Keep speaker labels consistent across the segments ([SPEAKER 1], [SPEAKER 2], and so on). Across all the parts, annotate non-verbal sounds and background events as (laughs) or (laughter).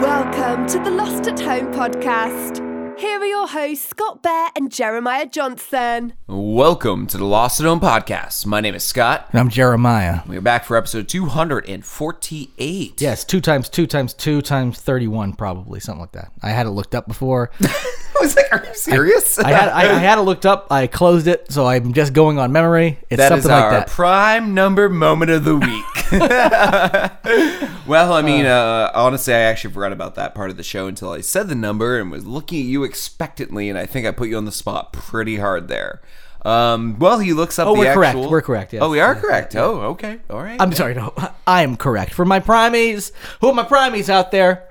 [SPEAKER 1] welcome to the Lost at Home podcast. Here are your hosts, Scott Bear and Jeremiah Johnson.
[SPEAKER 2] Welcome to the Lost at Home podcast. My name is Scott.
[SPEAKER 3] And I'm Jeremiah.
[SPEAKER 2] We're back for episode 248.
[SPEAKER 3] Yes, two times two times two times thirty-one, probably something like that. I had it looked up before. (laughs)
[SPEAKER 2] I was like, are you serious?
[SPEAKER 3] I had I, I had it looked up. I closed it, so I'm just going on memory. It's
[SPEAKER 2] That is
[SPEAKER 3] something
[SPEAKER 2] our
[SPEAKER 3] like that.
[SPEAKER 2] prime number moment of the week. (laughs) well, I mean, uh, honestly, I actually forgot about that part of the show until I said the number and was looking at you expectantly, and I think I put you on the spot pretty hard there. Um, well, he looks up
[SPEAKER 3] Oh,
[SPEAKER 2] the
[SPEAKER 3] we're correct.
[SPEAKER 2] actual-
[SPEAKER 3] We're correct, yes.
[SPEAKER 2] Oh, we are correct. Oh, okay. All right.
[SPEAKER 3] I'm sorry, no, I am correct. For my primies, who are my primies out there?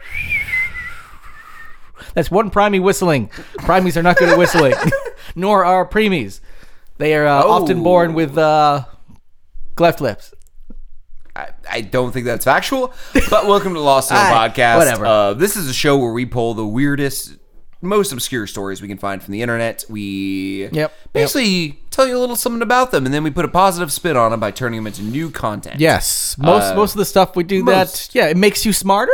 [SPEAKER 3] That's one primie whistling. Primies are not good at whistling, (laughs) nor are preemies. They are uh, often born with uh, cleft lips.
[SPEAKER 2] I, I don't think that's factual, but welcome to the Lost
[SPEAKER 3] (laughs)
[SPEAKER 2] Soul
[SPEAKER 3] Alright,
[SPEAKER 2] Podcast.
[SPEAKER 3] whatever.
[SPEAKER 2] Uh, this is a show where we pull the weirdest, most obscure stories we can find from the internet. We
[SPEAKER 3] Yep.
[SPEAKER 2] basically tell you a little something about them, and then we put a positive spin on them by turning them into new content.
[SPEAKER 3] Yes, most most of the stuff we do
[SPEAKER 2] most.
[SPEAKER 3] that. Yeah, it makes you smarter.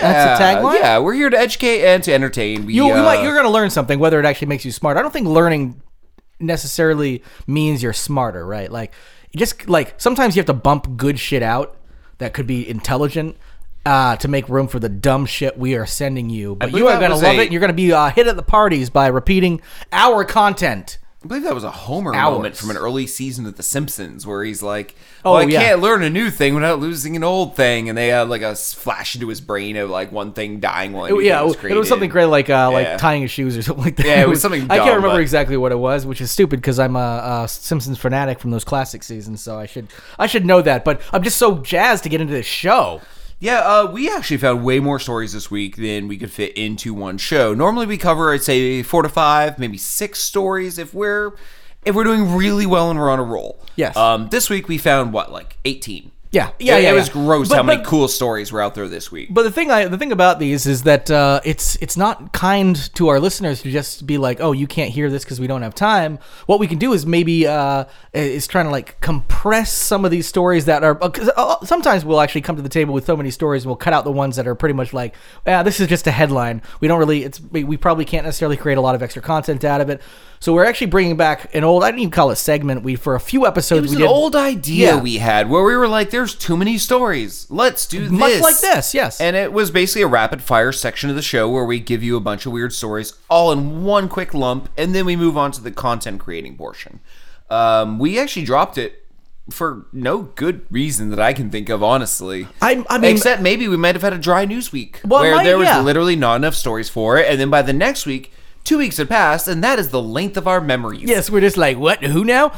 [SPEAKER 3] Yeah, that's a
[SPEAKER 2] Yeah,
[SPEAKER 3] tagline.
[SPEAKER 2] Yeah, we're here to educate and to entertain. We,
[SPEAKER 3] you, you
[SPEAKER 2] uh,
[SPEAKER 3] might, you're going to learn something, whether it actually makes you smart. I don't think learning necessarily means you're smarter, right? Like, you just like sometimes you have to bump good shit out that could be intelligent. Uh, to make room for the dumb shit we are sending you, but
[SPEAKER 2] believe
[SPEAKER 3] you are
[SPEAKER 2] that
[SPEAKER 3] gonna
[SPEAKER 2] was
[SPEAKER 3] love
[SPEAKER 2] a-
[SPEAKER 3] it. And you're gonna be uh, hit at the parties by repeating our content.
[SPEAKER 2] I believe that was a Homer
[SPEAKER 3] Hours.
[SPEAKER 2] moment from an early season of The Simpsons, where he's like,
[SPEAKER 3] Oh,
[SPEAKER 2] "Well, I
[SPEAKER 3] yeah.
[SPEAKER 2] can't learn a new thing without losing an old thing," and they had like a s- flash into his brain of like one thing dying while a new
[SPEAKER 3] yeah,
[SPEAKER 2] thing
[SPEAKER 3] it
[SPEAKER 2] was
[SPEAKER 3] was,
[SPEAKER 2] created.
[SPEAKER 3] something great like uh,
[SPEAKER 2] Yeah.
[SPEAKER 3] like tying his shoes or (laughs) something like that.
[SPEAKER 2] Yeah, it was something
[SPEAKER 3] I
[SPEAKER 2] dumb,
[SPEAKER 3] can't remember
[SPEAKER 2] but-
[SPEAKER 3] exactly what it was, which is stupid because I'm a, a Simpsons fanatic from those classic seasons, so I should I should know that. But I'm just so jazzed to get into this show.
[SPEAKER 2] Yeah, uh, we actually found way more stories this week than we could fit into one show. Normally, we cover I'd say four to five, maybe six stories if we're if we're doing really well and we're on a roll.
[SPEAKER 3] Yes.
[SPEAKER 2] Um, this week we found what like eighteen.
[SPEAKER 3] Yeah, yeah,
[SPEAKER 2] It,
[SPEAKER 3] yeah,
[SPEAKER 2] it was
[SPEAKER 3] yeah.
[SPEAKER 2] gross
[SPEAKER 3] But-
[SPEAKER 2] how many
[SPEAKER 3] but-
[SPEAKER 2] cool stories were out there this week.
[SPEAKER 3] But the thing I the thing about these is that uh, it's it's not kind to our listeners to just be like, oh, you can't hear this because we don't have time. What we can do is maybe uh, is trying to like compress some of these stories that are because uh, sometimes we'll actually come to the table with so many stories and we'll cut out the ones that are pretty much like, yeah, this is just a headline. We don't really it's we, we probably can't necessarily create a lot of extra content out of it. So we're actually bringing back an old I didn't even call it segment. We for a few episodes
[SPEAKER 2] it was
[SPEAKER 3] we
[SPEAKER 2] an
[SPEAKER 3] did
[SPEAKER 2] old idea
[SPEAKER 3] Yeah.
[SPEAKER 2] we had where we were like, "There's too many stories. Let's do this."
[SPEAKER 3] Much like this, yes.
[SPEAKER 2] And it was basically a rapid fire section of the show where we give you a bunch of weird stories all in one quick lump, and then we move on to the content creating portion. Um, we actually dropped it for no good reason that I can think of, honestly.
[SPEAKER 3] I- I mean-
[SPEAKER 2] except maybe we might have had a dry news week
[SPEAKER 3] Well,
[SPEAKER 2] where
[SPEAKER 3] might-
[SPEAKER 2] there was
[SPEAKER 3] yeah.
[SPEAKER 2] literally not enough stories for it, and then by the next week. Two weeks had passed, and that is the length of our memories.
[SPEAKER 3] Yes, we're just like, what? Who now?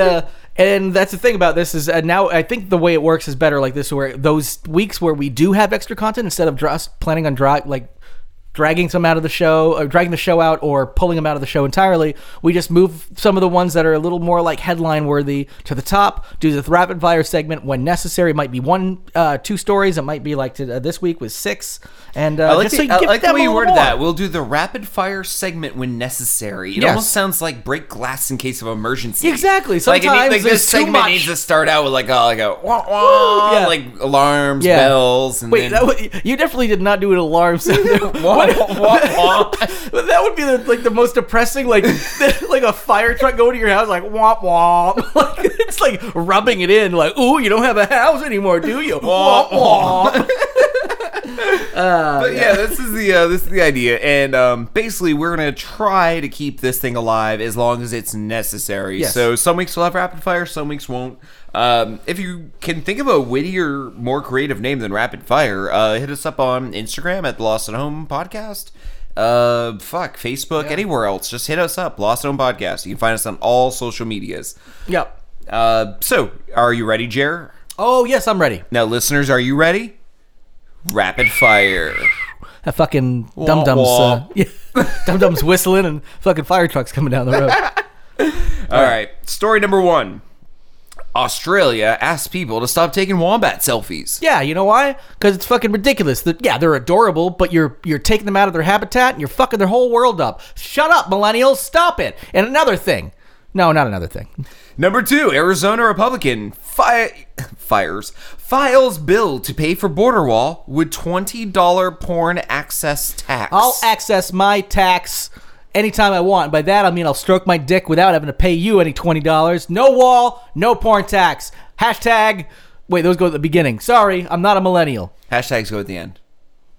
[SPEAKER 2] (laughs)
[SPEAKER 3] uh, and that's the thing about this is uh, now I think the way it works is better like this, where those weeks where we do have extra content instead of just planning on dra- like dragging some out of the show, or dragging the show out, or pulling them out of the show entirely, we just move some of the ones that are a little more like headline worthy to the top. Do the rapid fire segment when necessary. It might be one, uh, two stories. It might be like to, uh, this week was six. And uh,
[SPEAKER 2] I like,
[SPEAKER 3] just
[SPEAKER 2] the,
[SPEAKER 3] so
[SPEAKER 2] I
[SPEAKER 3] give
[SPEAKER 2] like the
[SPEAKER 3] them
[SPEAKER 2] way
[SPEAKER 3] a
[SPEAKER 2] you
[SPEAKER 3] little
[SPEAKER 2] worded
[SPEAKER 3] more.
[SPEAKER 2] that. We'll do the rapid fire segment when necessary. It
[SPEAKER 3] Yes.
[SPEAKER 2] almost sounds like break glass in case of emergency.
[SPEAKER 3] Exactly.
[SPEAKER 2] like, I mean,
[SPEAKER 3] Sometimes
[SPEAKER 2] like
[SPEAKER 3] there's
[SPEAKER 2] this
[SPEAKER 3] too
[SPEAKER 2] segment
[SPEAKER 3] much.
[SPEAKER 2] needs to start out with like a like a wah, wah,
[SPEAKER 3] yeah.
[SPEAKER 2] like alarms,
[SPEAKER 3] Yeah.
[SPEAKER 2] bells, and
[SPEAKER 3] Wait,
[SPEAKER 2] then
[SPEAKER 3] that would, you definitely did not do an (laughs) alarm sound.
[SPEAKER 2] wah, wah,
[SPEAKER 3] What-
[SPEAKER 2] wah, wah.
[SPEAKER 3] (laughs) But that would be the, like the most depressing, like (laughs) like a fire truck going to your house, like womp womp. (laughs) Like it's like rubbing it in, like ooh, you don't have a house anymore, do (laughs) you? Womp (laughs) womp.
[SPEAKER 2] But yeah, this is the uh, this is the idea, and um, basically we're gonna try to keep this thing alive as long as it's necessary.
[SPEAKER 3] Yes.
[SPEAKER 2] So some weeks we'll have rapid fire, some weeks won't. Um, if you can think of a wittier, more creative name than rapid fire, uh, hit us up on Instagram at the Lost at Home Podcast. Uh, fuck Facebook, anywhere else, just hit us up. Lost at Home Podcast. You can find us on all social medias.
[SPEAKER 3] Yep.
[SPEAKER 2] Uh, so are you ready, Jer?
[SPEAKER 3] Oh yes, I'm ready.
[SPEAKER 2] Now, listeners, are you ready? Rapid fire.
[SPEAKER 3] That fucking dum dums, uh,
[SPEAKER 2] womp.
[SPEAKER 3] (laughs) yeah, dum dums whistling and fucking fire trucks coming down the road.
[SPEAKER 2] All right. Story number one. Australia asked people to stop taking wombat selfies.
[SPEAKER 3] Yeah, you know why? Because it's fucking ridiculous. That yeah, they're adorable, but you're you're taking them out of their habitat and you're fucking their whole world up. Shut up, millennials! Stop it. And another thing, No, not another thing.
[SPEAKER 2] Number two, Arizona Republican fi- fires files bill to pay for border wall with twenty dollar porn access tax.
[SPEAKER 3] I'll access my tax anytime I want. By that I mean I'll stroke my dick without having to pay you any twenty dollars. No wall, no porn tax. Hashtag. Wait, those go at the beginning. Sorry, I'm not a millennial.
[SPEAKER 2] Hashtags go at the end.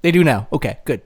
[SPEAKER 3] They do now. Okay, good.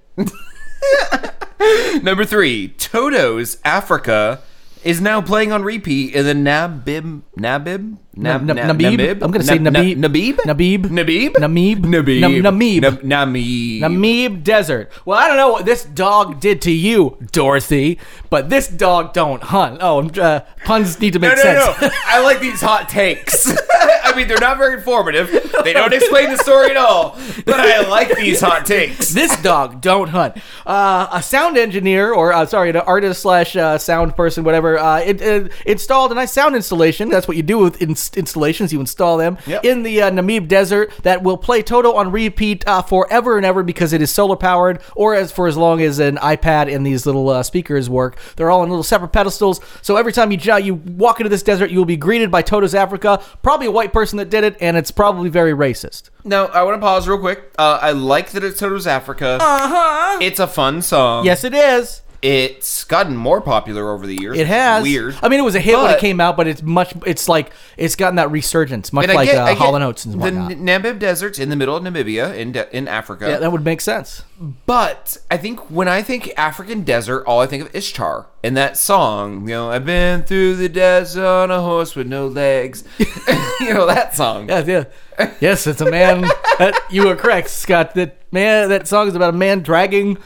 [SPEAKER 2] Number three, Toto's Africa is now playing on repeat in the Nabib Nabib Nab-
[SPEAKER 3] Nab-
[SPEAKER 2] Nab-
[SPEAKER 3] Nabib? I'm gonna say
[SPEAKER 2] Nab-
[SPEAKER 3] Nabib.
[SPEAKER 2] Nab- Nabib
[SPEAKER 3] Nabib.
[SPEAKER 2] Nabib
[SPEAKER 3] Namib.
[SPEAKER 2] Nabib
[SPEAKER 3] Nam- Namib.
[SPEAKER 2] Nab- Namib
[SPEAKER 3] Namib Desert. Well, I don't know what this dog did to you, Dorothy, but this dog don't hunt. Oh, I'm- uh, puns need to make
[SPEAKER 2] No, no,
[SPEAKER 3] sense.
[SPEAKER 2] no. I like these hot takes. (laughs) I mean, they're not very informative. They don't explain the story at all. But I like these hot takes.
[SPEAKER 3] this dog don't hunt. Uh, a sound engineer, or uh, sorry, an artist slash uh, sound person, whatever, uh, it, it installed a nice sound installation. That's what you do with inst- installations; you install them
[SPEAKER 2] Yep.
[SPEAKER 3] in the uh, Namib Desert that will play Toto on repeat uh, forever and ever because it is solar powered, or as for as long as an iPad and these little uh, speakers work. They're all on little separate pedestals, so every time you jo- you walk into this desert, you will be greeted by Toto's Africa, probably a white person that did it, and it's probably very racist.
[SPEAKER 2] Now, I want to pause real quick. Uh, I like that it's Toto's Africa. Uh huh. It's a fun song.
[SPEAKER 3] Uh-huh. Yes, it is.
[SPEAKER 2] It's gotten more popular over the years.
[SPEAKER 3] It has.
[SPEAKER 2] Weird.
[SPEAKER 3] I mean, it was a hit when
[SPEAKER 2] But-
[SPEAKER 3] it came out, but it's much. It's like it's gotten that resurgence, much
[SPEAKER 2] And I
[SPEAKER 3] like
[SPEAKER 2] get- I
[SPEAKER 3] uh,
[SPEAKER 2] get
[SPEAKER 3] Hall and Oates and whatnot.
[SPEAKER 2] The N- Namib Deserts in the middle of Namibia in, De- in Africa.
[SPEAKER 3] yeah, that would make sense.
[SPEAKER 2] But I think when I think African desert, all I think of Ishtar and that song. You know, I've been through the desert on a horse with no legs. (laughs) you know that song.
[SPEAKER 3] Yeah, yeah. (laughs) yes, it's a man. that, you are correct, Scott. That man. That song is about a man dragging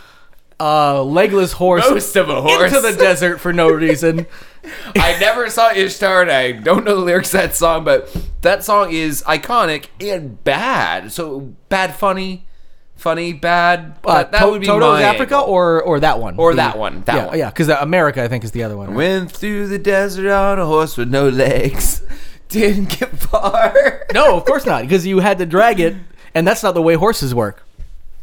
[SPEAKER 3] a legless horse
[SPEAKER 2] Most of a horse.
[SPEAKER 3] into the desert for
[SPEAKER 2] (laughs)
[SPEAKER 3] no reason.
[SPEAKER 2] I never saw Ishtar, and I don't know the lyrics to that song, but that song is iconic and bad. So bad, funny, funny, bad.
[SPEAKER 3] Uh,
[SPEAKER 2] that that
[SPEAKER 3] To-
[SPEAKER 2] would be
[SPEAKER 3] Toto's
[SPEAKER 2] my
[SPEAKER 3] Africa
[SPEAKER 2] angle.
[SPEAKER 3] or or that one
[SPEAKER 2] Or
[SPEAKER 3] The-
[SPEAKER 2] that one, that
[SPEAKER 3] yeah,
[SPEAKER 2] one.
[SPEAKER 3] Yeah, because America, I think, is the other one. right?
[SPEAKER 2] Went through the desert on a horse with no legs. (laughs) Didn't get far.
[SPEAKER 3] No, of course not, because you had to drag it, and that's not the way horses work.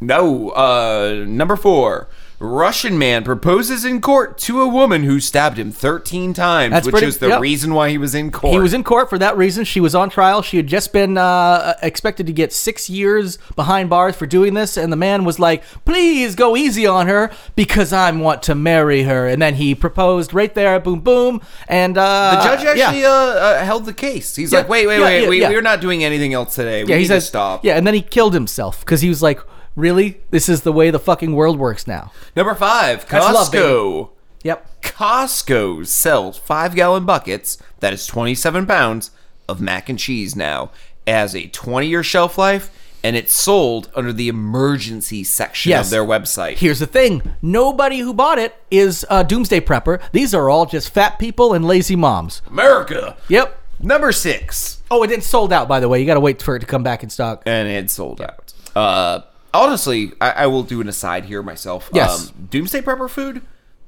[SPEAKER 2] No. Uh, number four. Russian man proposes in court to a woman who stabbed him 13 times,
[SPEAKER 3] That's
[SPEAKER 2] which
[SPEAKER 3] pretty-
[SPEAKER 2] is the
[SPEAKER 3] yep.
[SPEAKER 2] reason why he was in court.
[SPEAKER 3] He was in court for that reason. She was on trial. She had just been uh, expected to get six years behind bars for doing this, and the man was like, "Please go easy on her because I want to marry her." And then he proposed right there, boom, boom, and uh,
[SPEAKER 2] the judge actually
[SPEAKER 3] yeah.
[SPEAKER 2] uh, uh, held the case. He's
[SPEAKER 3] Yeah,
[SPEAKER 2] like, wait, wait,
[SPEAKER 3] yeah,
[SPEAKER 2] wait.
[SPEAKER 3] yeah,
[SPEAKER 2] we,
[SPEAKER 3] yeah.
[SPEAKER 2] We're not doing anything else today. We
[SPEAKER 3] yeah,
[SPEAKER 2] need
[SPEAKER 3] he
[SPEAKER 2] to
[SPEAKER 3] said
[SPEAKER 2] stop.
[SPEAKER 3] Yeah, and then he killed himself because he was like, "Really, this is the way the fucking world works now."
[SPEAKER 2] Number five,
[SPEAKER 3] That's love,
[SPEAKER 2] Costco.
[SPEAKER 3] Yep.
[SPEAKER 2] Costco sells five gallon buckets, that is 27 pounds, of mac and cheese now. It has a 20 year shelf life, and it's sold under the emergency section
[SPEAKER 3] Yes.
[SPEAKER 2] of their website.
[SPEAKER 3] Here's the thing: nobody who bought it is a doomsday prepper. These are all just fat people and lazy moms.
[SPEAKER 2] America.
[SPEAKER 3] Yep.
[SPEAKER 2] Number six.
[SPEAKER 3] Oh, it didn't sold out, by the way. You got to wait for it to come back in stock.
[SPEAKER 2] and it sold out. Uh, honestly, I, I will do an aside here myself. Um,
[SPEAKER 3] Yes.
[SPEAKER 2] Doomsday Prepper food,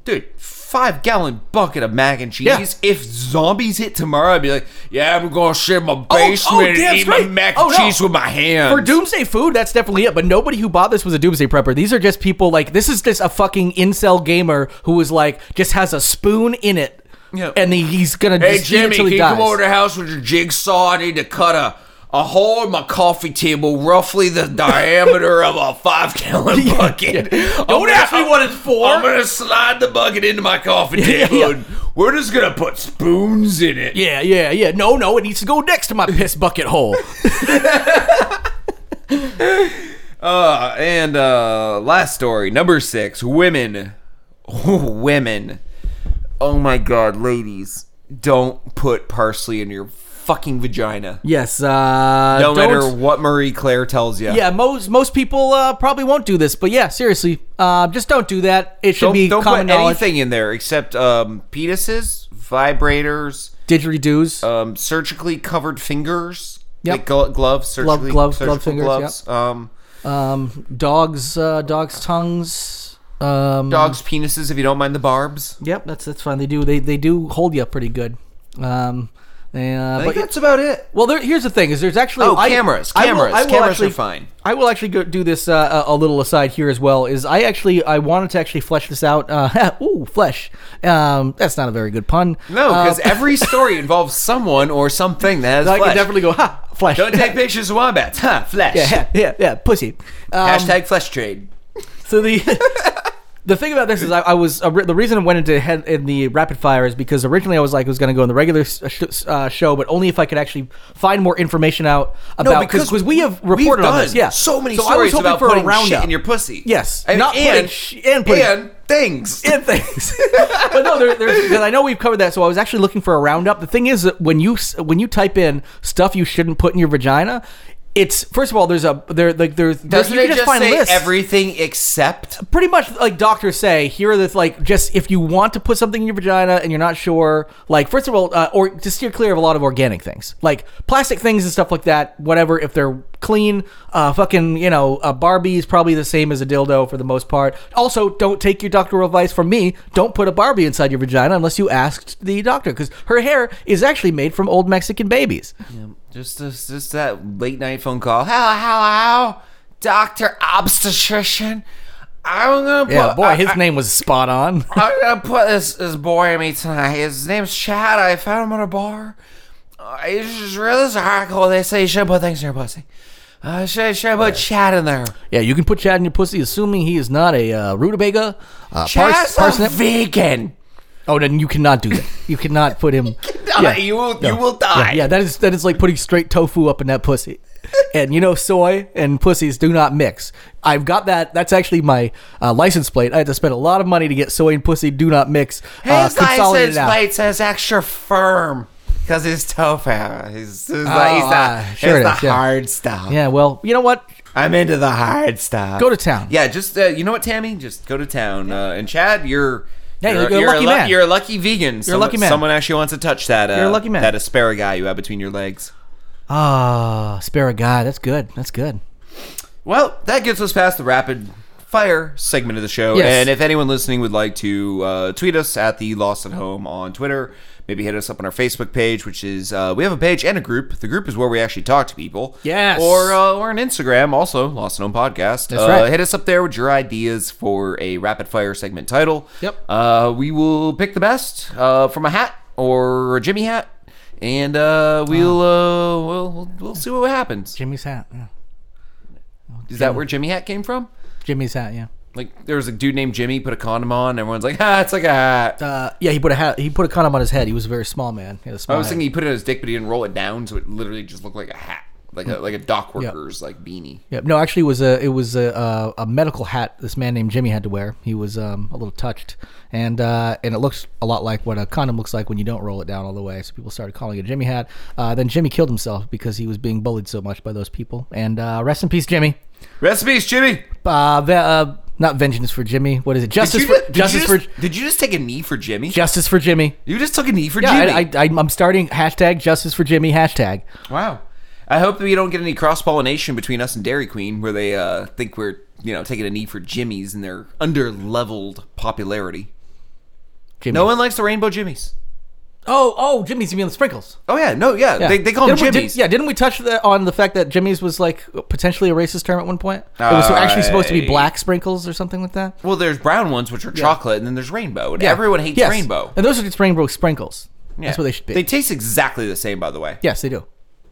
[SPEAKER 2] dude. Five gallon bucket of mac and cheese.
[SPEAKER 3] Yeah.
[SPEAKER 2] If zombies hit tomorrow, I'd be like, yeah, I'm gonna shit my
[SPEAKER 3] oh,
[SPEAKER 2] basement
[SPEAKER 3] damn
[SPEAKER 2] and eat my
[SPEAKER 3] straight.
[SPEAKER 2] mac and
[SPEAKER 3] Oh, no.
[SPEAKER 2] cheese with my hands.
[SPEAKER 3] For doomsday food, that's definitely it. But nobody who bought this was a doomsday prepper. These are just people like this is just a fucking incel gamer who is like just has a spoon in it,
[SPEAKER 2] Yeah.
[SPEAKER 3] and he, he's gonna
[SPEAKER 2] Hey
[SPEAKER 3] just eat it
[SPEAKER 2] Jimmy,
[SPEAKER 3] till
[SPEAKER 2] can
[SPEAKER 3] he
[SPEAKER 2] you
[SPEAKER 3] dies.
[SPEAKER 2] come over to the house with your jigsaw? I need to cut a, a hole in my coffee table, roughly (laughs) the diameter of a five gallon bucket. Oh,
[SPEAKER 3] Don't ask me what it's for.
[SPEAKER 2] I'm gonna slide the bucket into my coffee
[SPEAKER 3] Yeah,
[SPEAKER 2] table.
[SPEAKER 3] yeah.
[SPEAKER 2] And we're just gonna put spoons in it.
[SPEAKER 3] yeah, yeah, yeah. No, no, it needs to go next to my piss bucket
[SPEAKER 2] (laughs)
[SPEAKER 3] hole.
[SPEAKER 2] Uh, and uh, last story, number six: women, (laughs) women. Oh my God, ladies, don't put parsley in your fucking vagina.
[SPEAKER 3] yes, uh,
[SPEAKER 2] No
[SPEAKER 3] don't-
[SPEAKER 2] matter what Marie Claire tells you.
[SPEAKER 3] Yeah, most most people uh, probably won't do this, but yeah, seriously, uh, just don't do that. It should
[SPEAKER 2] don't,
[SPEAKER 3] be
[SPEAKER 2] don't put
[SPEAKER 3] common knowledge.
[SPEAKER 2] anything in there except um, penises, vibrators,
[SPEAKER 3] Didgeridoos.
[SPEAKER 2] um, surgically covered fingers,
[SPEAKER 3] Yep.
[SPEAKER 2] like glo- gloves, surgically,
[SPEAKER 3] gloves,
[SPEAKER 2] surgical
[SPEAKER 3] glove fingers,
[SPEAKER 2] gloves, um,
[SPEAKER 3] um, dogs, uh, dogs' tongues. Um,
[SPEAKER 2] dogs' penises if you don't mind the barbs.
[SPEAKER 3] Yep, that's that's fine. They do they they do hold you up pretty good. Um,
[SPEAKER 2] I
[SPEAKER 3] Yeah, but
[SPEAKER 2] think that's about it.
[SPEAKER 3] well, there, here's the thing: is there's actually
[SPEAKER 2] Oh, cameras, cameras, cameras are fine.
[SPEAKER 3] I will actually go do this uh, a a little aside here as well. Is I actually I wanted to actually flesh this out. Uh, (laughs) ooh, flesh. Um, that's not a very good pun.
[SPEAKER 2] No,
[SPEAKER 3] Uh, (laughs)
[SPEAKER 2] because every story involves someone or something that has
[SPEAKER 3] I
[SPEAKER 2] flesh.
[SPEAKER 3] could definitely go ha flesh. (laughs)
[SPEAKER 2] Don't take pictures of wombats, huh? Flesh.
[SPEAKER 3] yeah, yeah, yeah, pussy. Um,
[SPEAKER 2] Hashtag flesh trade.
[SPEAKER 3] So the (laughs) the thing about this is I, I was uh, the reason I went into head in the rapid fire is because originally I was like I was going to go in the regular s- sh- uh, show, but only if I could actually find more information out about because we have
[SPEAKER 2] we've
[SPEAKER 3] reported on
[SPEAKER 2] done
[SPEAKER 3] this. Yeah,
[SPEAKER 2] so many
[SPEAKER 3] so I was
[SPEAKER 2] stories
[SPEAKER 3] hoping
[SPEAKER 2] about
[SPEAKER 3] for a
[SPEAKER 2] putting shit
[SPEAKER 3] roundup.
[SPEAKER 2] in your pussy.
[SPEAKER 3] Yes,
[SPEAKER 2] and,
[SPEAKER 3] not putting
[SPEAKER 2] and,
[SPEAKER 3] sh- and putting-
[SPEAKER 2] and things.
[SPEAKER 3] and things. (laughs) but no, there, there's because I know we've covered that. So I was actually looking for a roundup. The thing is that when you s- when you type in stuff you shouldn't put in your vagina, it's first of all there's a there like there's
[SPEAKER 2] Doesn't
[SPEAKER 3] you
[SPEAKER 2] it
[SPEAKER 3] can
[SPEAKER 2] just
[SPEAKER 3] find
[SPEAKER 2] say
[SPEAKER 3] lists.
[SPEAKER 2] everything except?
[SPEAKER 3] pretty much like doctors say here are the like just if you want to put something in your vagina and you're not sure like first of all uh, or to steer clear of a lot of organic things like plastic things and stuff like that whatever if they're clean uh fucking you know a barbie is probably the same as a dildo for the most part also don't take your doctoral advice from me don't put a barbie inside your vagina unless you asked the doctor because her hair is actually made from old mexican babies
[SPEAKER 2] Just, just, just that late night phone call. Hello, hello, Doctor Obstetrician. I'm gonna put.
[SPEAKER 3] yeah boy
[SPEAKER 2] I-
[SPEAKER 3] his
[SPEAKER 2] I-
[SPEAKER 3] name was spot on
[SPEAKER 2] I'm gonna put this this boy in me tonight. His name's Chad. I found him at a bar. I just read this article. They say you should put things in your pussy. Uh, should should put Chad in there.
[SPEAKER 3] Yeah, you can put Chad in your pussy, assuming he is not a uh, rutabaga, uh,
[SPEAKER 2] Chad's
[SPEAKER 3] pars-
[SPEAKER 2] a
[SPEAKER 3] parsnip.
[SPEAKER 2] vegan.
[SPEAKER 3] Oh, then you cannot do that. You cannot put him.
[SPEAKER 2] Die, (laughs) you will you will die.
[SPEAKER 3] Yeah, yeah, that is that is like putting straight tofu up in that pussy. And you know, soy and pussies do not mix. I've got that. That's actually my uh, license plate. I had to spend a lot of money to get soy and pussy do not mix. Uh,
[SPEAKER 2] His
[SPEAKER 3] consolidated
[SPEAKER 2] license
[SPEAKER 3] out.
[SPEAKER 2] plate says extra firm because he's tofu. He's, he's, the, he's
[SPEAKER 3] ah,
[SPEAKER 2] the,
[SPEAKER 3] sure
[SPEAKER 2] it's
[SPEAKER 3] it
[SPEAKER 2] the
[SPEAKER 3] is, yeah.
[SPEAKER 2] hard stuff.
[SPEAKER 3] Yeah, well, you know what?
[SPEAKER 2] I'm into the hard stuff.
[SPEAKER 3] Go to town.
[SPEAKER 2] Yeah, just uh, you know what, Tammy? Just go to town. Uh, and Chad, you're.
[SPEAKER 3] Yeah,
[SPEAKER 2] you're,
[SPEAKER 3] you're a lucky
[SPEAKER 2] lu-
[SPEAKER 3] man.
[SPEAKER 2] You're a lucky vegan. You're
[SPEAKER 3] a lucky man.
[SPEAKER 2] Someone actually wants to touch that. Uh,
[SPEAKER 3] You're a lucky man.
[SPEAKER 2] That asparagus you have between your legs.
[SPEAKER 3] Ah, spare a guy. That's good. That's good.
[SPEAKER 2] Well, that gets us past the rapid fire segment of the show.
[SPEAKER 3] Yes.
[SPEAKER 2] And if anyone listening would like to uh, tweet us at the Lost at Home on Twitter, maybe hit us up on our Facebook page, which is uh, we have a page and a group. The group is where we actually talk to people.
[SPEAKER 3] Yes.
[SPEAKER 2] Or uh, or on Instagram also Lost at Home podcast.
[SPEAKER 3] That's
[SPEAKER 2] Uh,
[SPEAKER 3] right.
[SPEAKER 2] Hit us up there with your ideas for a rapid fire segment title.
[SPEAKER 3] Yep.
[SPEAKER 2] Uh, we will pick the best uh, from a hat or a Jimmy hat. And uh, we'll, uh, we'll we'll we'll see what happens.
[SPEAKER 3] Jimmy's hat. Yeah.
[SPEAKER 2] Is that where Jimmy hat came from?
[SPEAKER 3] Jimmy's hat. Yeah.
[SPEAKER 2] Like there was a dude named Jimmy put a condom on. And everyone's like, ah, it's like a hat.
[SPEAKER 3] Uh, yeah, he put a hat. He put a condom on his head. He was a very small man. He had a small
[SPEAKER 2] I was
[SPEAKER 3] head.
[SPEAKER 2] thinking he put it on his dick, but he didn't roll it down, so it literally just looked like a hat, like
[SPEAKER 3] Hmm.
[SPEAKER 2] a like a dock worker's like beanie.
[SPEAKER 3] Yep. No, actually, it was a it was a, uh, a a medical hat this man named Jimmy had to wear. He was um, a little touched, and uh, and it looks a lot like what a condom looks like when you don't roll it down all the way. So people started calling it a Jimmy hat. Uh, then Jimmy killed himself because he was being bullied so much by those people. And uh, rest in peace, Jimmy.
[SPEAKER 2] Recipes, Jimmy.
[SPEAKER 3] Uh, ve- uh, not vengeance for Jimmy. What is it?
[SPEAKER 2] Did
[SPEAKER 3] Justice
[SPEAKER 2] you,
[SPEAKER 3] for
[SPEAKER 2] just, did,
[SPEAKER 3] justice
[SPEAKER 2] you
[SPEAKER 3] for
[SPEAKER 2] just, did you just take a knee for Jimmy?
[SPEAKER 3] justice for Jimmy.
[SPEAKER 2] you just took a knee for
[SPEAKER 3] Yeah,
[SPEAKER 2] Jimmy.
[SPEAKER 3] I, I, I, I'm starting hashtag justice for Jimmy hashtag.
[SPEAKER 2] wow. I hope that we don't get any cross pollination between us and Dairy Queen, where they uh, think we're you know taking a knee for Jimmys and their under leveled popularity.
[SPEAKER 3] Jimmy.
[SPEAKER 2] No one likes the rainbow Jimmies.
[SPEAKER 3] Oh, oh, Jimmy's you mean the sprinkles?
[SPEAKER 2] Oh yeah, no, yeah, They, they call them
[SPEAKER 3] Didn't we-
[SPEAKER 2] Jimmies.
[SPEAKER 3] did- yeah, didn't we touch that on the fact that Jimmy's was like potentially a racist term at one point? it was actually supposed to be
[SPEAKER 2] Aye.
[SPEAKER 3] black sprinkles or something like that.
[SPEAKER 2] Well, there's brown ones which are chocolate, and then there's rainbow, and everyone hates
[SPEAKER 3] Yes.
[SPEAKER 2] rainbow.
[SPEAKER 3] and those are just rainbow sprinkles.
[SPEAKER 2] Yeah.
[SPEAKER 3] That's what they should be.
[SPEAKER 2] They taste exactly the same, by the way.
[SPEAKER 3] yes, they do.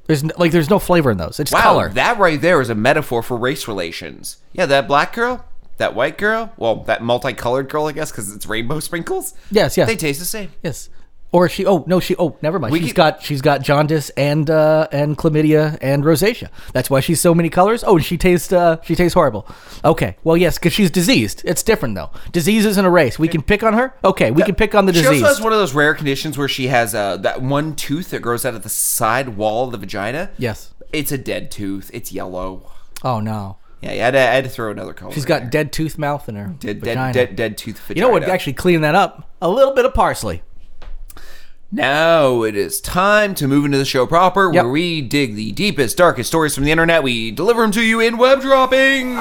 [SPEAKER 3] There's n like there's no flavor in those. It's
[SPEAKER 2] Wow,
[SPEAKER 3] color.
[SPEAKER 2] that right there is a metaphor for race relations. Yeah, that black girl, that white girl, well, that multicolored girl, I guess, because it's rainbow (laughs) sprinkles.
[SPEAKER 3] Yes, yes.
[SPEAKER 2] they taste the same.
[SPEAKER 3] yes. Or she? Oh no, she. Oh, never mind.
[SPEAKER 2] We
[SPEAKER 3] She's
[SPEAKER 2] could-
[SPEAKER 3] got she's got jaundice and uh, and chlamydia and rosacea. That's why she's so many colors. Oh, and she tastes uh, she tastes horrible. Okay, well yes, because she's diseased. It's different though. Disease isn't a race. We can pick on her. Okay, we can pick on the
[SPEAKER 2] She
[SPEAKER 3] disease.
[SPEAKER 2] also has one of those rare conditions where she has uh, that one tooth that grows out of the side wall of the vagina.
[SPEAKER 3] Yes.
[SPEAKER 2] It's a dead tooth. It's yellow.
[SPEAKER 3] Oh no.
[SPEAKER 2] Yeah, I had to, I had to throw another color.
[SPEAKER 3] She's
[SPEAKER 2] in
[SPEAKER 3] got
[SPEAKER 2] there.
[SPEAKER 3] dead tooth mouth in her
[SPEAKER 2] dead,
[SPEAKER 3] vagina.
[SPEAKER 2] dead, dead, dead tooth
[SPEAKER 3] you
[SPEAKER 2] vagina.
[SPEAKER 3] know what? Actually, clean that up. A little bit of parsley.
[SPEAKER 2] Now it is time to move into the show proper,
[SPEAKER 3] Yep.
[SPEAKER 2] where we dig the deepest, darkest stories from the internet. We deliver them to you in web droppings.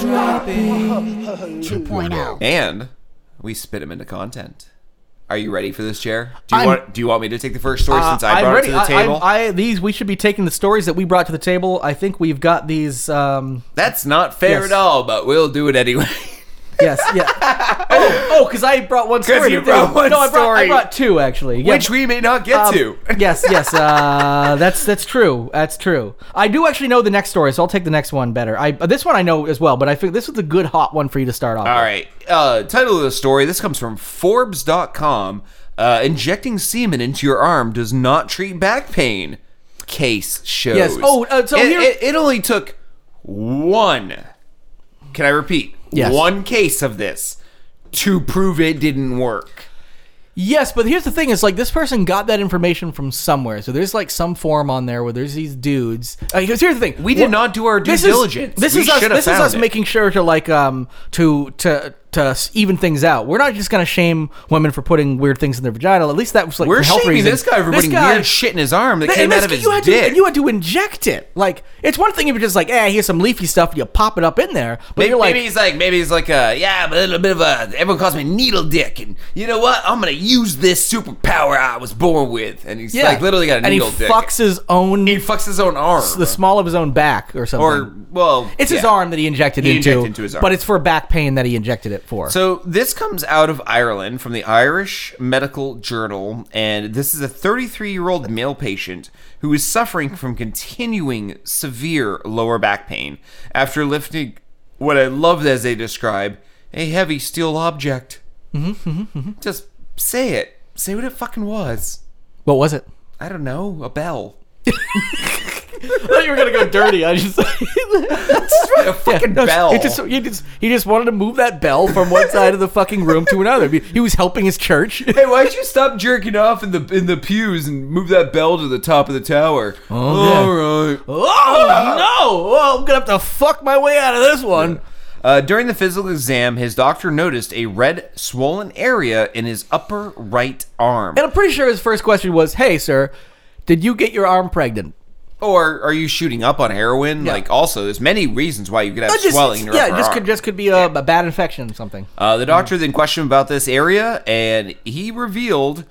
[SPEAKER 3] Copy.
[SPEAKER 4] 2.0.
[SPEAKER 2] And we spit him into content. Are you ready for this, chair? Do you
[SPEAKER 3] I'm- Uh,
[SPEAKER 2] want Do you want me to take the first story since I
[SPEAKER 3] I'm
[SPEAKER 2] brought it
[SPEAKER 3] ready.
[SPEAKER 2] to the table?
[SPEAKER 3] I, I, I, these we should be taking the stories that we brought to the table. I think we've got these. Um,
[SPEAKER 2] That's not fair
[SPEAKER 3] Yes.
[SPEAKER 2] at all, but we'll do it anyway. (laughs)
[SPEAKER 3] yes, yeah. oh, because I brought one
[SPEAKER 2] 'Cause
[SPEAKER 3] story.
[SPEAKER 2] you
[SPEAKER 3] to
[SPEAKER 2] brought
[SPEAKER 3] do.
[SPEAKER 2] one
[SPEAKER 3] no, I brought, I
[SPEAKER 2] story.
[SPEAKER 3] brought two actually. Yeah,
[SPEAKER 2] Which we may not get
[SPEAKER 3] um,
[SPEAKER 2] to.
[SPEAKER 3] (laughs) yes, yes. Uh, that's that's true. That's true. I do actually know the next story, so I'll take the next one better. I this one I know as well, but I think this was a good hot one for you to start off.
[SPEAKER 2] All right. Uh, title of the story. This comes from Forbes.com. Uh, injecting semen into your arm does not treat back pain. Case shows.
[SPEAKER 3] Yes. Oh, uh, so
[SPEAKER 2] it,
[SPEAKER 3] here-
[SPEAKER 2] it, it only took one. Can I repeat?
[SPEAKER 3] Yes.
[SPEAKER 2] One case of this to prove it didn't work.
[SPEAKER 3] Yes, but here's the thing: is like this person got that information from somewhere. So there's like some form on there where there's these dudes. Uh, here's here's the thing:
[SPEAKER 2] We did not do our due
[SPEAKER 3] this
[SPEAKER 2] diligence.
[SPEAKER 3] Is, this
[SPEAKER 2] We
[SPEAKER 3] is us.
[SPEAKER 2] should have
[SPEAKER 3] This is
[SPEAKER 2] found
[SPEAKER 3] us
[SPEAKER 2] it.
[SPEAKER 3] making sure to like um to to to s- even things out. We're not just gonna shame women for putting weird things in their vagina. At least that was like
[SPEAKER 2] We're
[SPEAKER 3] for health
[SPEAKER 2] shaming
[SPEAKER 3] reasons.
[SPEAKER 2] this guy for putting weird shit in his arm that
[SPEAKER 3] Th-
[SPEAKER 2] came
[SPEAKER 3] and
[SPEAKER 2] out
[SPEAKER 3] this-
[SPEAKER 2] of his
[SPEAKER 3] you had
[SPEAKER 2] dick.
[SPEAKER 3] To, you had to inject it. Like it's one thing if you're just like, eh, here's some leafy stuff, and you pop it up in there. But
[SPEAKER 2] Maybe,
[SPEAKER 3] you're like,
[SPEAKER 2] maybe he's like, maybe he's like, uh, yeah, I'm a little bit of a. Everyone calls me needle dick, and you know what? I'm gonna use this superpower I was born with, and he's
[SPEAKER 3] yeah,
[SPEAKER 2] like, literally got a
[SPEAKER 3] and he
[SPEAKER 2] needle dick.
[SPEAKER 3] fucks his own,
[SPEAKER 2] he fucks his own arm,
[SPEAKER 3] the small of his own back or something.
[SPEAKER 2] or well,
[SPEAKER 3] It's his
[SPEAKER 2] yeah.
[SPEAKER 3] arm that he injected
[SPEAKER 2] He
[SPEAKER 3] into,
[SPEAKER 2] injected into his arm.
[SPEAKER 3] but it's for back pain that he injected it for.
[SPEAKER 2] So this comes out of Ireland from the Irish Medical Journal, and this is a 33-year-old male patient who is suffering from continuing severe lower back pain after lifting what I loved as they describe a heavy steel object.
[SPEAKER 3] Mm-hmm,
[SPEAKER 2] Just say it. Say what it fucking was.
[SPEAKER 3] what was it?
[SPEAKER 2] I don't know. A
[SPEAKER 3] (laughs)
[SPEAKER 2] bell.
[SPEAKER 3] I thought you were gonna go dirty. I just (laughs)
[SPEAKER 2] a fucking bell.
[SPEAKER 3] It just, he just he just wanted to move that bell from one side of the fucking room to another. He was helping his church. (laughs)
[SPEAKER 2] Hey, why'd you stop jerking off in the in the pews and move that bell to the top of the tower? All right.
[SPEAKER 3] Oh no! Oh, I'm gonna have to fuck my way out of this one.
[SPEAKER 2] Uh, during the physical exam, his doctor noticed a red, swollen area in his upper right arm.
[SPEAKER 3] And I'm pretty sure his first question was, "Hey, sir, did you get your arm pregnant?"
[SPEAKER 2] Or are you shooting up on heroin? Like, also, there's many reasons why you could have
[SPEAKER 3] Uh, just-
[SPEAKER 2] swelling in your
[SPEAKER 3] yeah,
[SPEAKER 2] upper
[SPEAKER 3] just
[SPEAKER 2] arm.
[SPEAKER 3] could just could be a, a bad infection or something.
[SPEAKER 2] Uh, the doctor then questioned about this area, and he revealed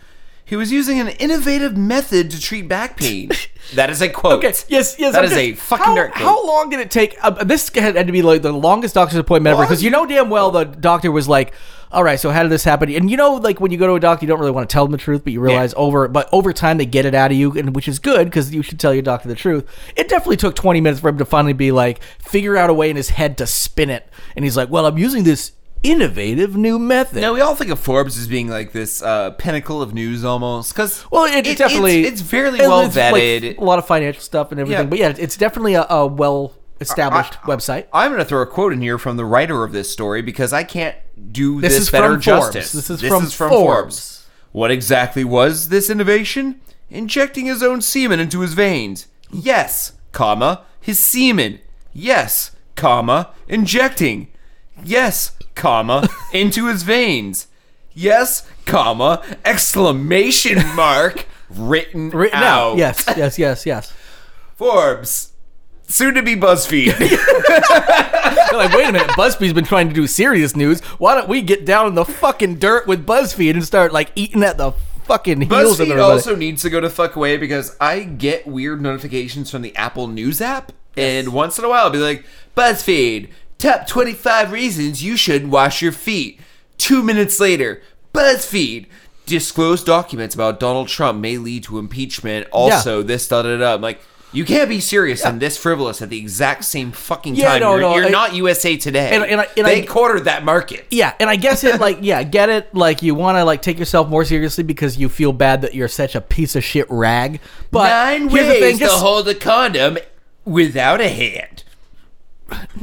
[SPEAKER 2] he was using an innovative method to treat back pain.
[SPEAKER 3] (laughs)
[SPEAKER 2] that is a quote.
[SPEAKER 3] Okay. Yes. Yes.
[SPEAKER 2] That
[SPEAKER 3] I'm
[SPEAKER 2] is
[SPEAKER 3] just-
[SPEAKER 2] a fucking
[SPEAKER 3] how,
[SPEAKER 2] nerd quote.
[SPEAKER 3] How long did it take? Uh, this had, had to be like the longest doctor's appointment ever
[SPEAKER 2] What?
[SPEAKER 3] because you know damn well the doctor was like, "All right, so how did this happen?" And you know, like when you go to a doctor, you don't really want to tell them the truth, but you realize over, but over time they get it out of you, and which is good because you should tell your doctor the truth. It definitely took twenty minutes for him to finally be like, figure out a way in his head to spin it, and he's like, "Well, I'm using this innovative new method."
[SPEAKER 2] Now we all think of Forbes as being like this uh, pinnacle of news, almost because
[SPEAKER 3] Well, it, definitely
[SPEAKER 2] it's, it's fairly
[SPEAKER 3] it-
[SPEAKER 2] well
[SPEAKER 3] it's, like,
[SPEAKER 2] vetted.
[SPEAKER 3] a lot of financial stuff and everything,
[SPEAKER 2] Yeah. Uh,
[SPEAKER 3] but yeah, it's definitely a, a well established website.
[SPEAKER 2] I'm going to throw a quote in here from the writer of this story because I can't do
[SPEAKER 3] This
[SPEAKER 2] this,
[SPEAKER 3] is
[SPEAKER 2] better
[SPEAKER 3] from Forbes.
[SPEAKER 2] justice.
[SPEAKER 3] This is from Forbes.
[SPEAKER 2] What exactly was this innovation? Injecting his own semen into his veins. Yes, comma, his semen. Yes, comma, injecting. Yes,
[SPEAKER 3] (laughs)
[SPEAKER 2] comma, into his veins. Yes, comma, exclamation mark, written,
[SPEAKER 3] Written
[SPEAKER 2] out.
[SPEAKER 3] out. Yes, yes, yes, yes.
[SPEAKER 2] Forbes. Soon to be BuzzFeed. (laughs)
[SPEAKER 3] They're like, wait a minute, BuzzFeed's been trying to do serious news. Why don't we get down in the fucking dirt with BuzzFeed and start like eating at the fucking heels of
[SPEAKER 2] BuzzFeed
[SPEAKER 3] everybody?
[SPEAKER 2] also needs to go to fuck away because I get weird notifications from the Apple News app, and once in a while, I'll be like, BuzzFeed, top 25 reasons you should wash your feet. Two minutes later, BuzzFeed, disclosed documents about Donald Trump may lead to impeachment. Also, this, da da da. I'm like, you can't be serious and this frivolous at the exact same fucking
[SPEAKER 3] Yeah,
[SPEAKER 2] time.
[SPEAKER 3] no,
[SPEAKER 2] you're
[SPEAKER 3] no,
[SPEAKER 2] you're
[SPEAKER 3] I-
[SPEAKER 2] not USA Today.
[SPEAKER 3] And- and I- and
[SPEAKER 2] they
[SPEAKER 3] I-
[SPEAKER 2] quartered that market.
[SPEAKER 3] yeah, and I guess it like yeah, get it like you want to like take yourself more seriously because you feel bad that you're such a piece of shit rag. But
[SPEAKER 2] Nine
[SPEAKER 3] here's
[SPEAKER 2] ways
[SPEAKER 3] the thing,
[SPEAKER 2] to
[SPEAKER 3] just-
[SPEAKER 2] hold a condom without a hand.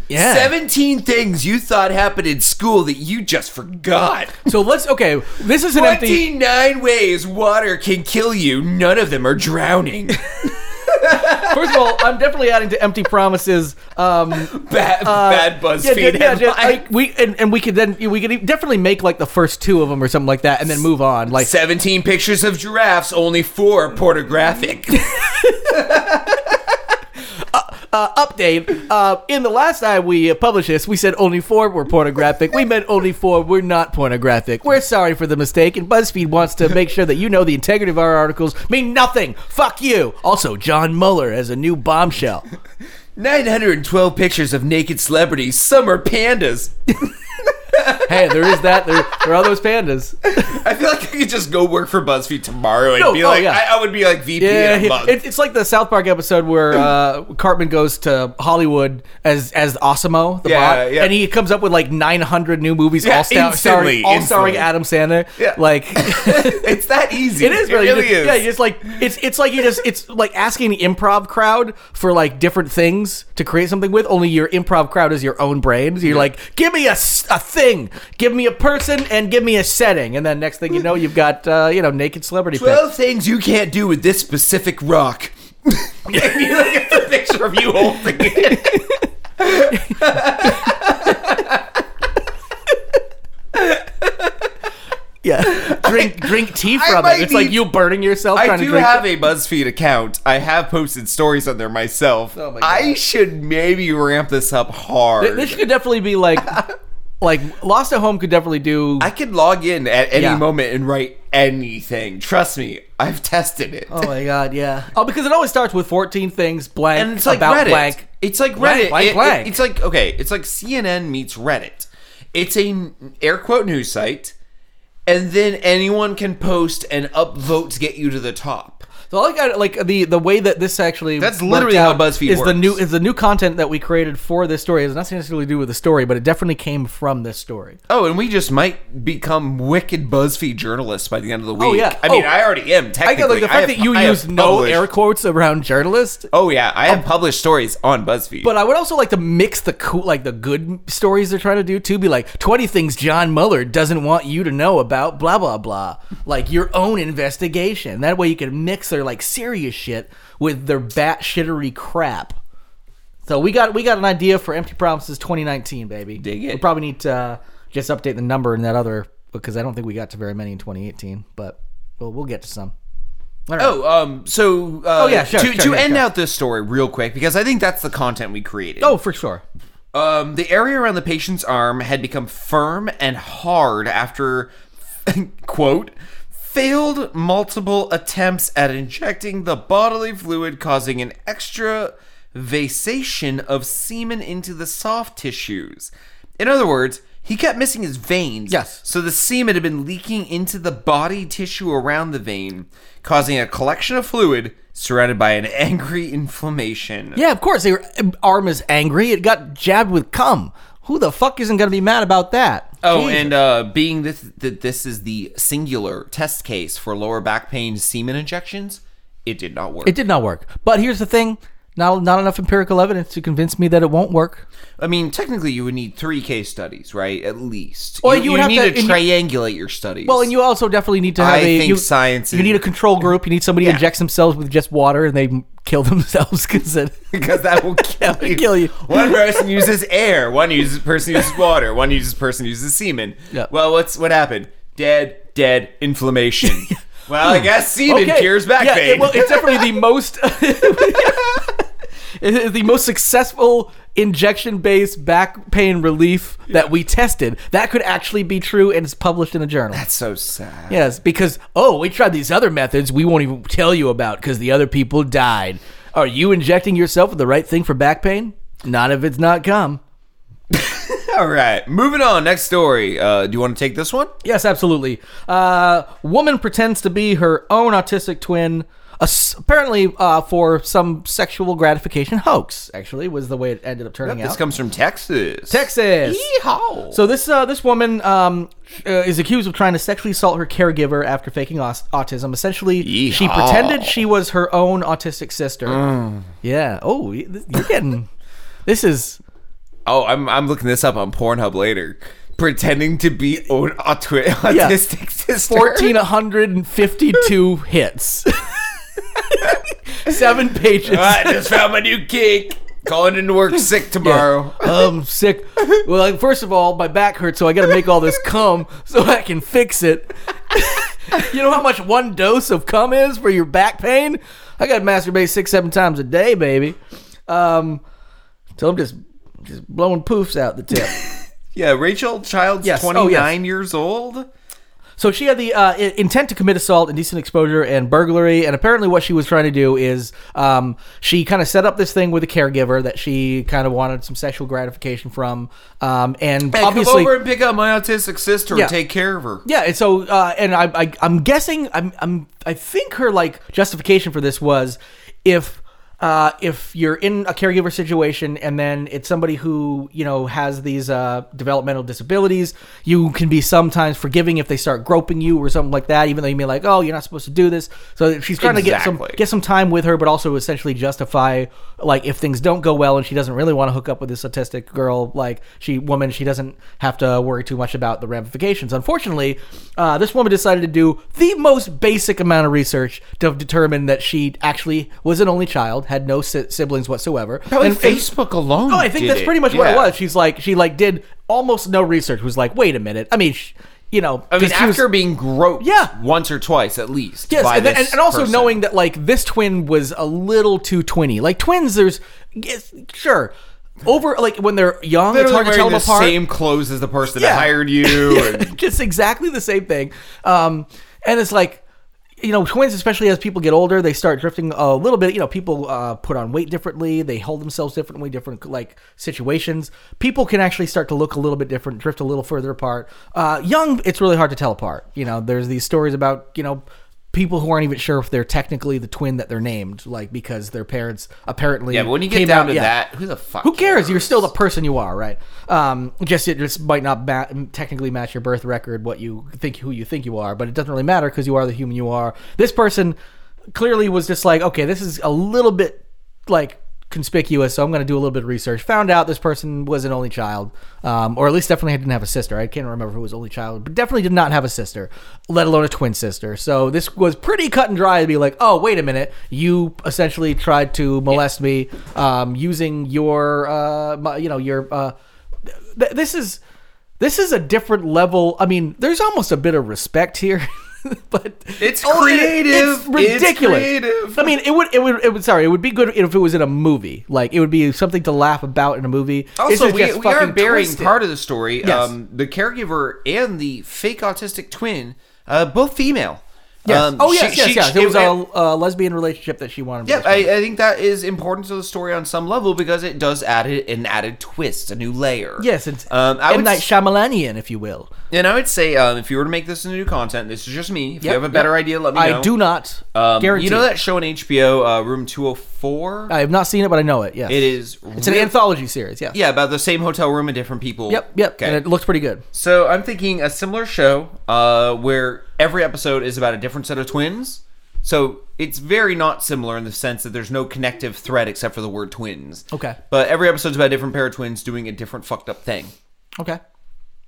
[SPEAKER 3] yeah.
[SPEAKER 2] 17 things you thought happened in school that you just forgot.
[SPEAKER 3] So let's okay. This is an empty.
[SPEAKER 2] 29 ways water can kill you. None of them are drowning. (laughs)
[SPEAKER 3] First of all, I'm definitely adding to empty promises. Um,
[SPEAKER 2] Bad,
[SPEAKER 3] uh,
[SPEAKER 2] (laughs) bad
[SPEAKER 3] yeah, yeah,
[SPEAKER 2] BuzzFeed
[SPEAKER 3] yeah, yeah,
[SPEAKER 2] headline.
[SPEAKER 3] like, we and, and we could then we could e, definitely make like the first two of them or something like that, and then move on. Like
[SPEAKER 2] 17 pictures of
[SPEAKER 3] (laughs)
[SPEAKER 2] giraffes, only four are pornographic.
[SPEAKER 3] uh, update. Uh, in the last time we uh, published this, we said only four were pornographic. We meant only four were not pornographic. We're sorry for the mistake, and BuzzFeed wants to make sure that you know the integrity of our articles mean nothing. Fuck you. Also, John Mueller has a new bombshell.
[SPEAKER 2] 912 pictures of naked celebrities. Some are pandas.
[SPEAKER 3] Hey, there is that. There, there are those pandas.
[SPEAKER 2] I feel like I could just go work for BuzzFeed tomorrow and
[SPEAKER 3] No,
[SPEAKER 2] be
[SPEAKER 3] oh,
[SPEAKER 2] like,
[SPEAKER 3] yeah.
[SPEAKER 2] I, I would be like VP in a
[SPEAKER 3] Yeah,
[SPEAKER 2] month.
[SPEAKER 3] it, it's like the South Park
[SPEAKER 2] (clears throat)
[SPEAKER 3] episode where uh, Cartman goes to Hollywood as as Osimo, the
[SPEAKER 2] Yeah,
[SPEAKER 3] bot,
[SPEAKER 2] yeah.
[SPEAKER 3] and he comes up with like 900 new movies,
[SPEAKER 2] Yeah,
[SPEAKER 3] all, sta-
[SPEAKER 2] instantly,
[SPEAKER 3] starring, all starring
[SPEAKER 2] instantly.
[SPEAKER 3] Adam Sandler.
[SPEAKER 2] Yeah. (laughs)
[SPEAKER 3] Like
[SPEAKER 2] (laughs)
[SPEAKER 3] (laughs)
[SPEAKER 2] it's that easy.
[SPEAKER 3] it is,
[SPEAKER 2] It
[SPEAKER 3] really,
[SPEAKER 2] really
[SPEAKER 3] you just-
[SPEAKER 2] is.
[SPEAKER 3] Yeah, you just like it's it's like you just it's like asking the improv crowd for like different things to create something with. Only your improv crowd is your own brain. So you're like, give me a, s- a thing, give me a person, and give me a setting, and then next thing you know, you've got uh, you know naked celebrity. pics.
[SPEAKER 2] 12 things you can't do with this specific (laughs) rock. and you look at the picture of you holding it.
[SPEAKER 3] Yeah. Drink drink tea from
[SPEAKER 2] might
[SPEAKER 3] it. It's like
[SPEAKER 2] need-
[SPEAKER 3] you burning yourself
[SPEAKER 2] I
[SPEAKER 3] trying to
[SPEAKER 2] do
[SPEAKER 3] drink.
[SPEAKER 2] have a BuzzFeed account. I have posted stories on there myself.
[SPEAKER 3] Oh my God.
[SPEAKER 2] I should maybe ramp this up hard.
[SPEAKER 3] this could definitely be (laughs) like like Lost at Home could definitely do
[SPEAKER 2] I could log in at any
[SPEAKER 3] Yeah.
[SPEAKER 2] moment and write anything. Trust me, I've tested it.
[SPEAKER 3] (laughs) Oh my god, yeah. Oh, because it always starts with 14 things blank
[SPEAKER 2] and it's like
[SPEAKER 3] about
[SPEAKER 2] Reddit.
[SPEAKER 3] blank.
[SPEAKER 2] It's like Reddit.
[SPEAKER 3] Blank, blank,
[SPEAKER 2] It- it-
[SPEAKER 3] blank.
[SPEAKER 2] it's like okay, it's like CNN meets Reddit. It's a n- air quote news site, and then anyone can post and upvote to get you to the top.
[SPEAKER 3] So I got like the the way that this actually
[SPEAKER 2] That's
[SPEAKER 3] worked
[SPEAKER 2] literally how
[SPEAKER 3] out
[SPEAKER 2] BuzzFeed
[SPEAKER 3] is the
[SPEAKER 2] works.
[SPEAKER 3] new is the new content that we created for this story. It has nothing necessarily to do with the story, but it definitely came from this story.
[SPEAKER 2] Oh, and we just might become wicked BuzzFeed journalists by the end of the week.
[SPEAKER 3] yeah.
[SPEAKER 2] I mean,
[SPEAKER 3] Oh.
[SPEAKER 2] I already am
[SPEAKER 3] I
[SPEAKER 2] technically.
[SPEAKER 3] got like the fact
[SPEAKER 2] have-
[SPEAKER 3] that you
[SPEAKER 2] I have
[SPEAKER 3] used no
[SPEAKER 2] published-
[SPEAKER 3] air quotes around journalist
[SPEAKER 2] Oh yeah, I have published stories on BuzzFeed.
[SPEAKER 3] But I would also like to mix the cool, like the good stories they're trying to do too. Be like twenty things John Mueller doesn't want you to know about, blah blah blah. Like your own investigation. That way you can mix their like serious shit with their bat shittery crap. So we got we got an idea for Empty Promises 2019, baby.
[SPEAKER 2] Dig it.
[SPEAKER 3] We probably need to uh, just update the number in that other because I don't think we got to very many in 2018. But well, we'll get to some.
[SPEAKER 2] Oh, um, so uh,
[SPEAKER 3] yeah, sure,
[SPEAKER 2] to,
[SPEAKER 3] sure,
[SPEAKER 2] to
[SPEAKER 3] yeah,
[SPEAKER 2] end
[SPEAKER 3] sure.
[SPEAKER 2] out this story real quick because I think that's the content we created.
[SPEAKER 3] Oh, for sure.
[SPEAKER 2] Um, the area around the patient's arm had become firm and hard after, (laughs) quote, failed multiple attempts at injecting the bodily fluid, causing an extra vasation of semen into the soft tissues. In other words, he kept missing his veins.
[SPEAKER 3] Yes.
[SPEAKER 2] So the semen had been leaking into the body tissue around the vein, causing a collection of fluid surrounded by an (laughs) angry inflammation.
[SPEAKER 3] Yeah, of course. Your arm is angry. It got jabbed with cum. Who the fuck isn't going to be mad about that?
[SPEAKER 2] Oh,
[SPEAKER 3] Jesus.
[SPEAKER 2] and uh, being this, that this is the singular test case for lower back pain semen injections, it did not work.
[SPEAKER 3] it did not work. But here's the thing: not not enough empirical evidence to convince me that it won't work.
[SPEAKER 2] I mean, technically, you would need three case studies, right? At least.
[SPEAKER 3] Well,
[SPEAKER 2] you,
[SPEAKER 3] you would have
[SPEAKER 2] need
[SPEAKER 3] to-
[SPEAKER 2] to,
[SPEAKER 3] and you-
[SPEAKER 2] triangulate your studies.
[SPEAKER 3] Well, and you also definitely need to have
[SPEAKER 2] I
[SPEAKER 3] a
[SPEAKER 2] think
[SPEAKER 3] you,
[SPEAKER 2] science
[SPEAKER 3] You
[SPEAKER 2] is-
[SPEAKER 3] need a control group. You need somebody who injects themselves with just water and they kill (laughs) themselves because it.
[SPEAKER 2] (laughs) because that will kill you.
[SPEAKER 3] Kill you.
[SPEAKER 2] One person uses air. One uses person uses water. One uses person uses semen.
[SPEAKER 3] Yeah.
[SPEAKER 2] Well, what's what happened? Dead, dead,
[SPEAKER 3] (laughs)
[SPEAKER 2] inflammation. well, I guess semen
[SPEAKER 3] Okay.
[SPEAKER 2] cures back
[SPEAKER 3] yeah,
[SPEAKER 2] pain.
[SPEAKER 3] it- well, it's definitely the most (laughs) it is the most successful injection-based back pain relief that we tested. That could actually be true, and it's published in a journal.
[SPEAKER 2] (laughs) That's so sad.
[SPEAKER 3] yes, because oh, we tried these other methods. We won't even tell you about because the other people died. Are you injecting yourself with the right thing for back pain? Not if it's not cum.
[SPEAKER 2] All right, moving on. Next story. Uh, do you want to take this one?
[SPEAKER 3] Yes, absolutely. Uh, woman pretends to be her own autistic twin, ass- apparently uh, for some sexual gratification hoax. Actually, was the way it ended up turning
[SPEAKER 2] This
[SPEAKER 3] out.
[SPEAKER 2] comes from Texas.
[SPEAKER 3] Texas.
[SPEAKER 2] Yeehaw.
[SPEAKER 3] So this uh, this woman um, uh, is accused of trying to sexually assault her caregiver after faking aus- autism. Essentially, she
[SPEAKER 2] Yeehaw.
[SPEAKER 3] pretended she was her own autistic sister. Yeah. Oh, y- th- you're getting. this is
[SPEAKER 2] oh, I'm I'm looking this up on Pornhub later. Pretending to be own aut- autistic sister.
[SPEAKER 3] fourteen (laughs) hundred and fifty-two hits. (laughs) Seven pages.
[SPEAKER 2] (laughs) I just found my new cake. Going into work sick tomorrow.
[SPEAKER 3] um, sick. Well, like, first of all, my back hurts, so I got to make all this cum so I can fix it. (laughs) you know how much one dose of cum is for your back pain? I got to masturbate six, seven times a day, baby. Um, so I'm just just blowing poofs out
[SPEAKER 2] (laughs)
[SPEAKER 3] the tip.
[SPEAKER 2] Yeah, Rachel Child's
[SPEAKER 3] Yes. Oh, yes.
[SPEAKER 2] 29 years old.
[SPEAKER 3] So she had the uh, i- intent to commit assault, indecent exposure, and burglary. And apparently, what she was trying to do is um, she kind of set up this thing with a caregiver that she kind of wanted some sexual gratification from. Um, and
[SPEAKER 2] Hey, come
[SPEAKER 3] obviously,
[SPEAKER 2] over and pick up my autistic sister
[SPEAKER 3] Yeah.
[SPEAKER 2] and take care of her.
[SPEAKER 3] yeah. And so, uh, and I, I, I'm guessing, I'm, I'm, I think her like justification for this was if. Uh, if you're in a caregiver situation and then it's somebody who you know has these uh, developmental disabilities you can be sometimes forgiving if they start groping you or something like that even though you may like oh you're not supposed to do this so she's trying to get some
[SPEAKER 2] Exactly.
[SPEAKER 3] get some time with her but also essentially justify like if things don't go well and she doesn't really want to hook up with this autistic girl like she woman she doesn't have to worry too much about the ramifications unfortunately uh, this woman decided to do the most basic amount of research to determine that she actually was an only child had no si- siblings whatsoever
[SPEAKER 2] Probably
[SPEAKER 3] And- and-
[SPEAKER 2] Facebook alone.
[SPEAKER 3] Oh, I think
[SPEAKER 2] did
[SPEAKER 3] that's
[SPEAKER 2] it.
[SPEAKER 3] pretty much what it
[SPEAKER 2] Yeah.
[SPEAKER 3] was. She's like, she like did almost no research. Was like, wait a minute. I mean, sh- you know,
[SPEAKER 2] I mean,
[SPEAKER 3] 'cause she was-
[SPEAKER 2] after being groped
[SPEAKER 3] Yeah.
[SPEAKER 2] once or twice at least.
[SPEAKER 3] Yes,
[SPEAKER 2] by
[SPEAKER 3] and, then-
[SPEAKER 2] this
[SPEAKER 3] and, and also
[SPEAKER 2] person.
[SPEAKER 3] knowing that like this twin was a little too twinny. Like twins, there's yes, sure over like when they're young, it's
[SPEAKER 2] Literally
[SPEAKER 3] hard to
[SPEAKER 2] wearing
[SPEAKER 3] tell them
[SPEAKER 2] the
[SPEAKER 3] apart.
[SPEAKER 2] same clothes as the person
[SPEAKER 3] Yeah.
[SPEAKER 2] that hired
[SPEAKER 3] (laughs)
[SPEAKER 2] you. and-
[SPEAKER 3] Just exactly the same thing. Um, and it's like you know twins especially as people get older they start drifting a little bit you know people uh, put on weight differently they hold themselves differently different like situations people can actually start to look a little bit different drift a little further apart uh, young it's really hard to tell apart you know there's these stories about you know people who aren't even sure if they're technically the twin that they're named like because their parents apparently
[SPEAKER 2] yeah, but when you get
[SPEAKER 3] came
[SPEAKER 2] down
[SPEAKER 3] out-
[SPEAKER 2] to
[SPEAKER 3] yeah.
[SPEAKER 2] that, who the fuck?
[SPEAKER 3] Who cares? You're still the person you are, right? Um, just it just might not ma- technically match your birth record, what you think, who you think you are, but it doesn't really matter because you are the human you are. This person clearly was just like, okay, this is a little bit like conspicuous, so I'm going to do a little bit of research. Found out this person was an only child, um, or at least definitely didn't have a sister. I can't remember who was only child, but definitely did not have a sister, let alone a twin sister. So this was pretty cut and dry to be like, oh, wait a minute, you essentially tried to molest me um, using your, uh, my- you know, your. Uh, th- this is this is a different level. I mean, there's almost a bit of respect here. (laughs) But
[SPEAKER 2] It's
[SPEAKER 3] Oh, it-
[SPEAKER 2] creative. It's
[SPEAKER 3] It's ridiculous.
[SPEAKER 2] creative.
[SPEAKER 3] I mean, it would, it would, it would. Sorry, it would be good if it was in a movie. Like, it would be something to laugh about in a movie. This
[SPEAKER 2] Also,
[SPEAKER 3] is
[SPEAKER 2] we,
[SPEAKER 3] just
[SPEAKER 2] we are
[SPEAKER 3] fucking
[SPEAKER 2] burying
[SPEAKER 3] twisted.
[SPEAKER 2] part of the story.
[SPEAKER 3] Yes.
[SPEAKER 2] Um, the caregiver and the fake autistic twin, uh, both female.
[SPEAKER 3] Yes.
[SPEAKER 2] Um,
[SPEAKER 3] oh
[SPEAKER 2] she-
[SPEAKER 3] yes, yes,
[SPEAKER 2] she-
[SPEAKER 3] yes.
[SPEAKER 2] it-
[SPEAKER 3] It was
[SPEAKER 2] it-
[SPEAKER 3] a, uh lesbian relationship that she wanted. to
[SPEAKER 2] Yeah,
[SPEAKER 3] be
[SPEAKER 2] I, I think that is important to the story on some level because it does add it an added twist, a new layer.
[SPEAKER 3] yes, it's
[SPEAKER 2] um, I
[SPEAKER 3] M
[SPEAKER 2] would
[SPEAKER 3] Night
[SPEAKER 2] s-
[SPEAKER 3] Shyamalanian, if you will.
[SPEAKER 2] and I would say um, if you were to make this into new content, this is just me. If you
[SPEAKER 3] Yep,
[SPEAKER 2] have a better
[SPEAKER 3] yep.
[SPEAKER 2] idea, let me know.
[SPEAKER 3] I do not
[SPEAKER 2] Um,
[SPEAKER 3] guarantee.
[SPEAKER 2] you know
[SPEAKER 3] it.
[SPEAKER 2] that show on HBO, uh, Room Two Hundred Four.
[SPEAKER 3] I have not seen it, but I know it. Yes,
[SPEAKER 2] It is.
[SPEAKER 3] It's an
[SPEAKER 2] real-
[SPEAKER 3] anthology series. Yeah.
[SPEAKER 2] Yeah, about the same hotel room and different people.
[SPEAKER 3] Yep. Yep.
[SPEAKER 2] Okay.
[SPEAKER 3] And it looks pretty good.
[SPEAKER 2] So I'm thinking a similar show uh, where every episode is about a different set of twins. So it's very not similar in the sense that there's no connective thread except for the word twins.
[SPEAKER 3] Okay.
[SPEAKER 2] But every episode's about a different pair of twins doing a different fucked up thing.
[SPEAKER 3] Okay.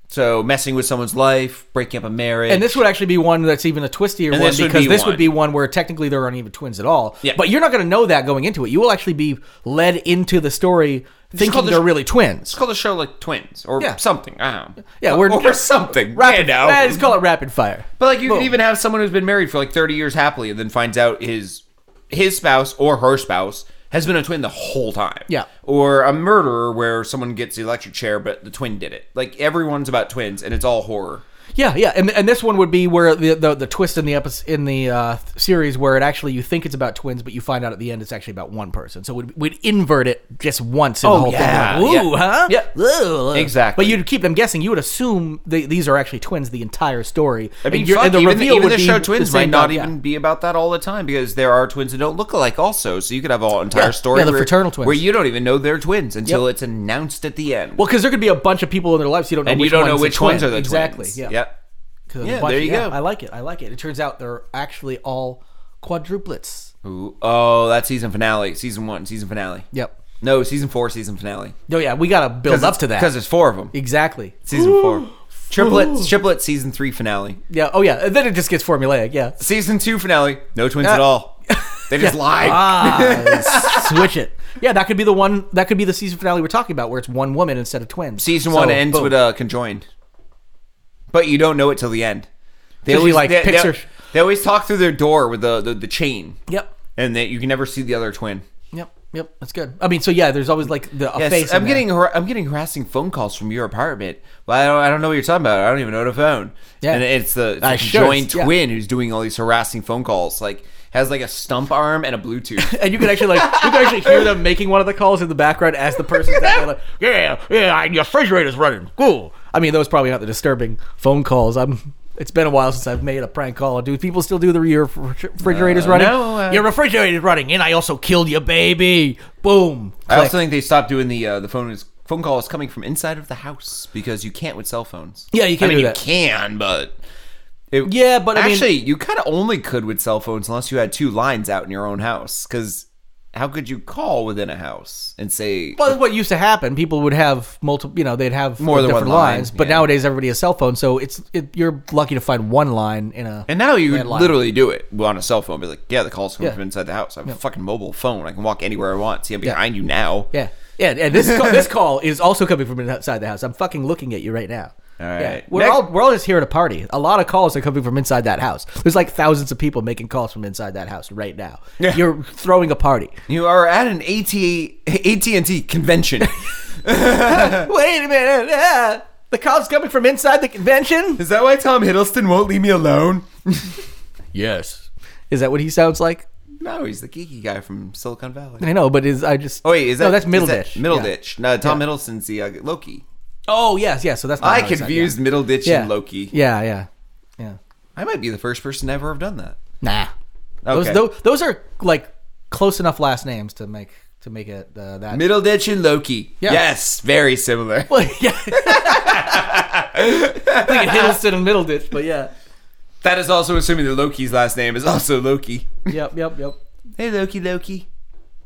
[SPEAKER 2] So messing with someone's life, breaking up a marriage.
[SPEAKER 3] And this would actually be one that's even a twistier one
[SPEAKER 2] this would
[SPEAKER 3] because
[SPEAKER 2] be
[SPEAKER 3] this
[SPEAKER 2] one.
[SPEAKER 3] would be one where technically there aren't even twins at all.
[SPEAKER 2] Yeah.
[SPEAKER 3] But you're not going to know that going into it. You will actually be led into the story thinking
[SPEAKER 2] called the
[SPEAKER 3] they're
[SPEAKER 2] sh-
[SPEAKER 3] really twins.
[SPEAKER 2] Let's call the show like twins or
[SPEAKER 3] Yeah.
[SPEAKER 2] something. I don't know.
[SPEAKER 3] Yeah,
[SPEAKER 2] (laughs)
[SPEAKER 3] we're
[SPEAKER 2] or something.
[SPEAKER 3] Rapid,
[SPEAKER 2] you know.
[SPEAKER 3] Eh, (laughs) Let's call it rapid fire.
[SPEAKER 2] But like you
[SPEAKER 3] Boom.
[SPEAKER 2] can even have someone who's been married for like 30 years happily and then finds out his his spouse or her spouse has been a twin the whole time.
[SPEAKER 3] Yeah.
[SPEAKER 2] Or a murderer where someone gets the electric chair but the twin did it. Like everyone's about twins and it's all horror.
[SPEAKER 3] Yeah, yeah, and and this one would be where the the, the twist in the episode in the uh, th- series where it actually you think it's about twins, but you find out at the end it's actually about one person. So we'd, we'd invert it just once in the whole
[SPEAKER 2] Oh, yeah,
[SPEAKER 3] thing. Like,
[SPEAKER 2] yeah.
[SPEAKER 3] Ooh, huh?
[SPEAKER 2] Yeah.
[SPEAKER 3] Ooh.
[SPEAKER 2] Exactly.
[SPEAKER 3] But you'd keep them guessing. You would assume they, these are actually twins the entire story.
[SPEAKER 2] I mean,
[SPEAKER 3] you're-
[SPEAKER 2] fuck, even, the, even
[SPEAKER 3] would
[SPEAKER 2] the
[SPEAKER 3] be
[SPEAKER 2] show Twins might
[SPEAKER 3] same
[SPEAKER 2] not
[SPEAKER 3] dog, yeah.
[SPEAKER 2] even be about that all the time because there are twins that don't look alike also. So you could have an entire
[SPEAKER 3] Yeah,
[SPEAKER 2] story
[SPEAKER 3] yeah, the
[SPEAKER 2] where,
[SPEAKER 3] fraternal twins.
[SPEAKER 2] where you don't even know they're twins until it's announced at the end.
[SPEAKER 3] Well, because there could be a bunch of people in their lives you don't know.
[SPEAKER 2] and
[SPEAKER 3] which
[SPEAKER 2] you don't know
[SPEAKER 3] one's a
[SPEAKER 2] which
[SPEAKER 3] twin.
[SPEAKER 2] ones are the
[SPEAKER 3] exactly.
[SPEAKER 2] twins.
[SPEAKER 3] Yeah.
[SPEAKER 2] Yep.
[SPEAKER 3] 'Cause there's a
[SPEAKER 2] Yeah,
[SPEAKER 3] bunch
[SPEAKER 2] there
[SPEAKER 3] of-
[SPEAKER 2] you
[SPEAKER 3] yeah,
[SPEAKER 2] go.
[SPEAKER 3] I like it. I like it. It turns out they're actually all quadruplets.
[SPEAKER 2] Ooh, oh, that season finale, season one, season finale.
[SPEAKER 3] Yep.
[SPEAKER 2] No, season four, season finale.
[SPEAKER 3] No, yeah, we gotta build up to that.
[SPEAKER 2] because there's four of them.
[SPEAKER 3] exactly.
[SPEAKER 2] Season four, triplets, triplets, season three finale,
[SPEAKER 3] Yeah. Oh, yeah. And then it just gets
[SPEAKER 2] (laughs)
[SPEAKER 3] formulaic. Yeah.
[SPEAKER 2] season two finale. No twins at all. They
[SPEAKER 3] (laughs)
[SPEAKER 2] just lied.
[SPEAKER 3] Ah, switch it. Yeah, that could be the one. That could be the season finale we're talking about, where it's one woman instead of twins.
[SPEAKER 2] Season
[SPEAKER 3] So,
[SPEAKER 2] one ends
[SPEAKER 3] boom.
[SPEAKER 2] with a conjoined, but you don't know it till the end. They
[SPEAKER 3] 'Cause you, like,
[SPEAKER 2] they,
[SPEAKER 3] picture-
[SPEAKER 2] They, they always talk through their door with the the, the chain,
[SPEAKER 3] Yep.
[SPEAKER 2] and that you can never see the other twin.
[SPEAKER 3] Yep. Yep, that's good. I mean, so yeah, there's always like the a
[SPEAKER 2] Yes,
[SPEAKER 3] face.
[SPEAKER 2] I'm
[SPEAKER 3] in
[SPEAKER 2] getting har- I'm getting harassing phone calls from your apartment. Well, I don't, I don't know what you're talking about. I don't even know the phone.
[SPEAKER 3] Yeah.
[SPEAKER 2] and it's the, it's
[SPEAKER 3] I
[SPEAKER 2] the
[SPEAKER 3] sure-
[SPEAKER 2] joint
[SPEAKER 3] yeah.
[SPEAKER 2] twin who's doing all these harassing phone calls. Like has like a stump arm and a Bluetooth.
[SPEAKER 3] (laughs) there. and you can actually like you can actually hear them making one of the calls in the background as the person's (laughs) out there, like, yeah, yeah, your refrigerator's running. Cool. I mean, those probably not the disturbing phone calls. I'm. It's been a while since I've made a prank call. Do people still do the your refri- refrigerator's running?
[SPEAKER 2] no, uh,
[SPEAKER 3] your refrigerator's running, and I also killed your baby. Boom.
[SPEAKER 2] I
[SPEAKER 3] Click.
[SPEAKER 2] also think they stopped doing the uh, the phone is phone call is coming from inside of the house because you can't with cell phones.
[SPEAKER 3] Yeah, you can't
[SPEAKER 2] I mean, you
[SPEAKER 3] do that.
[SPEAKER 2] can, but it-
[SPEAKER 3] Yeah, but I mean-
[SPEAKER 2] actually, you kind of only could with cell phones unless you had two lines out in your own house. Because how could you call within a house and say?
[SPEAKER 3] Well, that's what used to happen. People would have multiple, you know, they'd have
[SPEAKER 2] More than
[SPEAKER 3] different
[SPEAKER 2] one line,
[SPEAKER 3] lines. But
[SPEAKER 2] yeah.
[SPEAKER 3] nowadays, everybody has cell phones, so it's it, you're lucky to find one line in a.
[SPEAKER 2] and now you
[SPEAKER 3] Landline.
[SPEAKER 2] literally do it on a cell phone. Be like, yeah, the call's coming
[SPEAKER 3] Yeah.
[SPEAKER 2] from inside the house. I have a fucking mobile phone. I can walk anywhere I want. See, I'm behind you now.
[SPEAKER 3] yeah, yeah, yeah. This call, this call is also coming from inside the house. I'm fucking looking at you right now.
[SPEAKER 2] All
[SPEAKER 3] Yeah.
[SPEAKER 2] right.
[SPEAKER 3] we're
[SPEAKER 2] Next-
[SPEAKER 3] all we're all just here at a party. A lot of calls are coming from inside that house. There's like thousands of people making calls from inside that house right now.
[SPEAKER 2] Yeah.
[SPEAKER 3] You're throwing
[SPEAKER 2] (laughs)
[SPEAKER 3] a party.
[SPEAKER 2] You are at an AT AT&T convention. (laughs)
[SPEAKER 3] Wait a minute. ah, the call's coming from inside the convention.
[SPEAKER 2] is that why Tom Hiddleston won't leave me alone?
[SPEAKER 3] Yes. Is that what he sounds like?
[SPEAKER 2] No, he's the geeky guy from Silicon Valley.
[SPEAKER 3] I know, but is I just
[SPEAKER 2] Oh wait, is that
[SPEAKER 3] no? That's Middle
[SPEAKER 2] is that
[SPEAKER 3] Ditch.
[SPEAKER 2] Middle
[SPEAKER 3] Yeah.
[SPEAKER 2] Ditch. No, Tom Hiddleston's the uh, Loki.
[SPEAKER 3] Oh yes, yes. So that's not
[SPEAKER 2] I
[SPEAKER 3] how it's-
[SPEAKER 2] confused Middle Ditch
[SPEAKER 3] yeah.
[SPEAKER 2] and Loki.
[SPEAKER 3] Yeah, yeah, yeah.
[SPEAKER 2] I might be the first person to ever have done that.
[SPEAKER 3] Nah,
[SPEAKER 2] Okay.
[SPEAKER 3] those those, those are like close enough last names to make to make it uh, that.
[SPEAKER 2] Middle Ditch and Loki.
[SPEAKER 3] Yeah.
[SPEAKER 2] Yes, very similar.
[SPEAKER 3] (laughs) well, yeah. (laughs) I think it Hiddleston and Middleditch, but yeah.
[SPEAKER 2] That is also assuming that Loki's last name is also Loki.
[SPEAKER 3] Yep, yep, yep.
[SPEAKER 2] hey, Loki, Loki.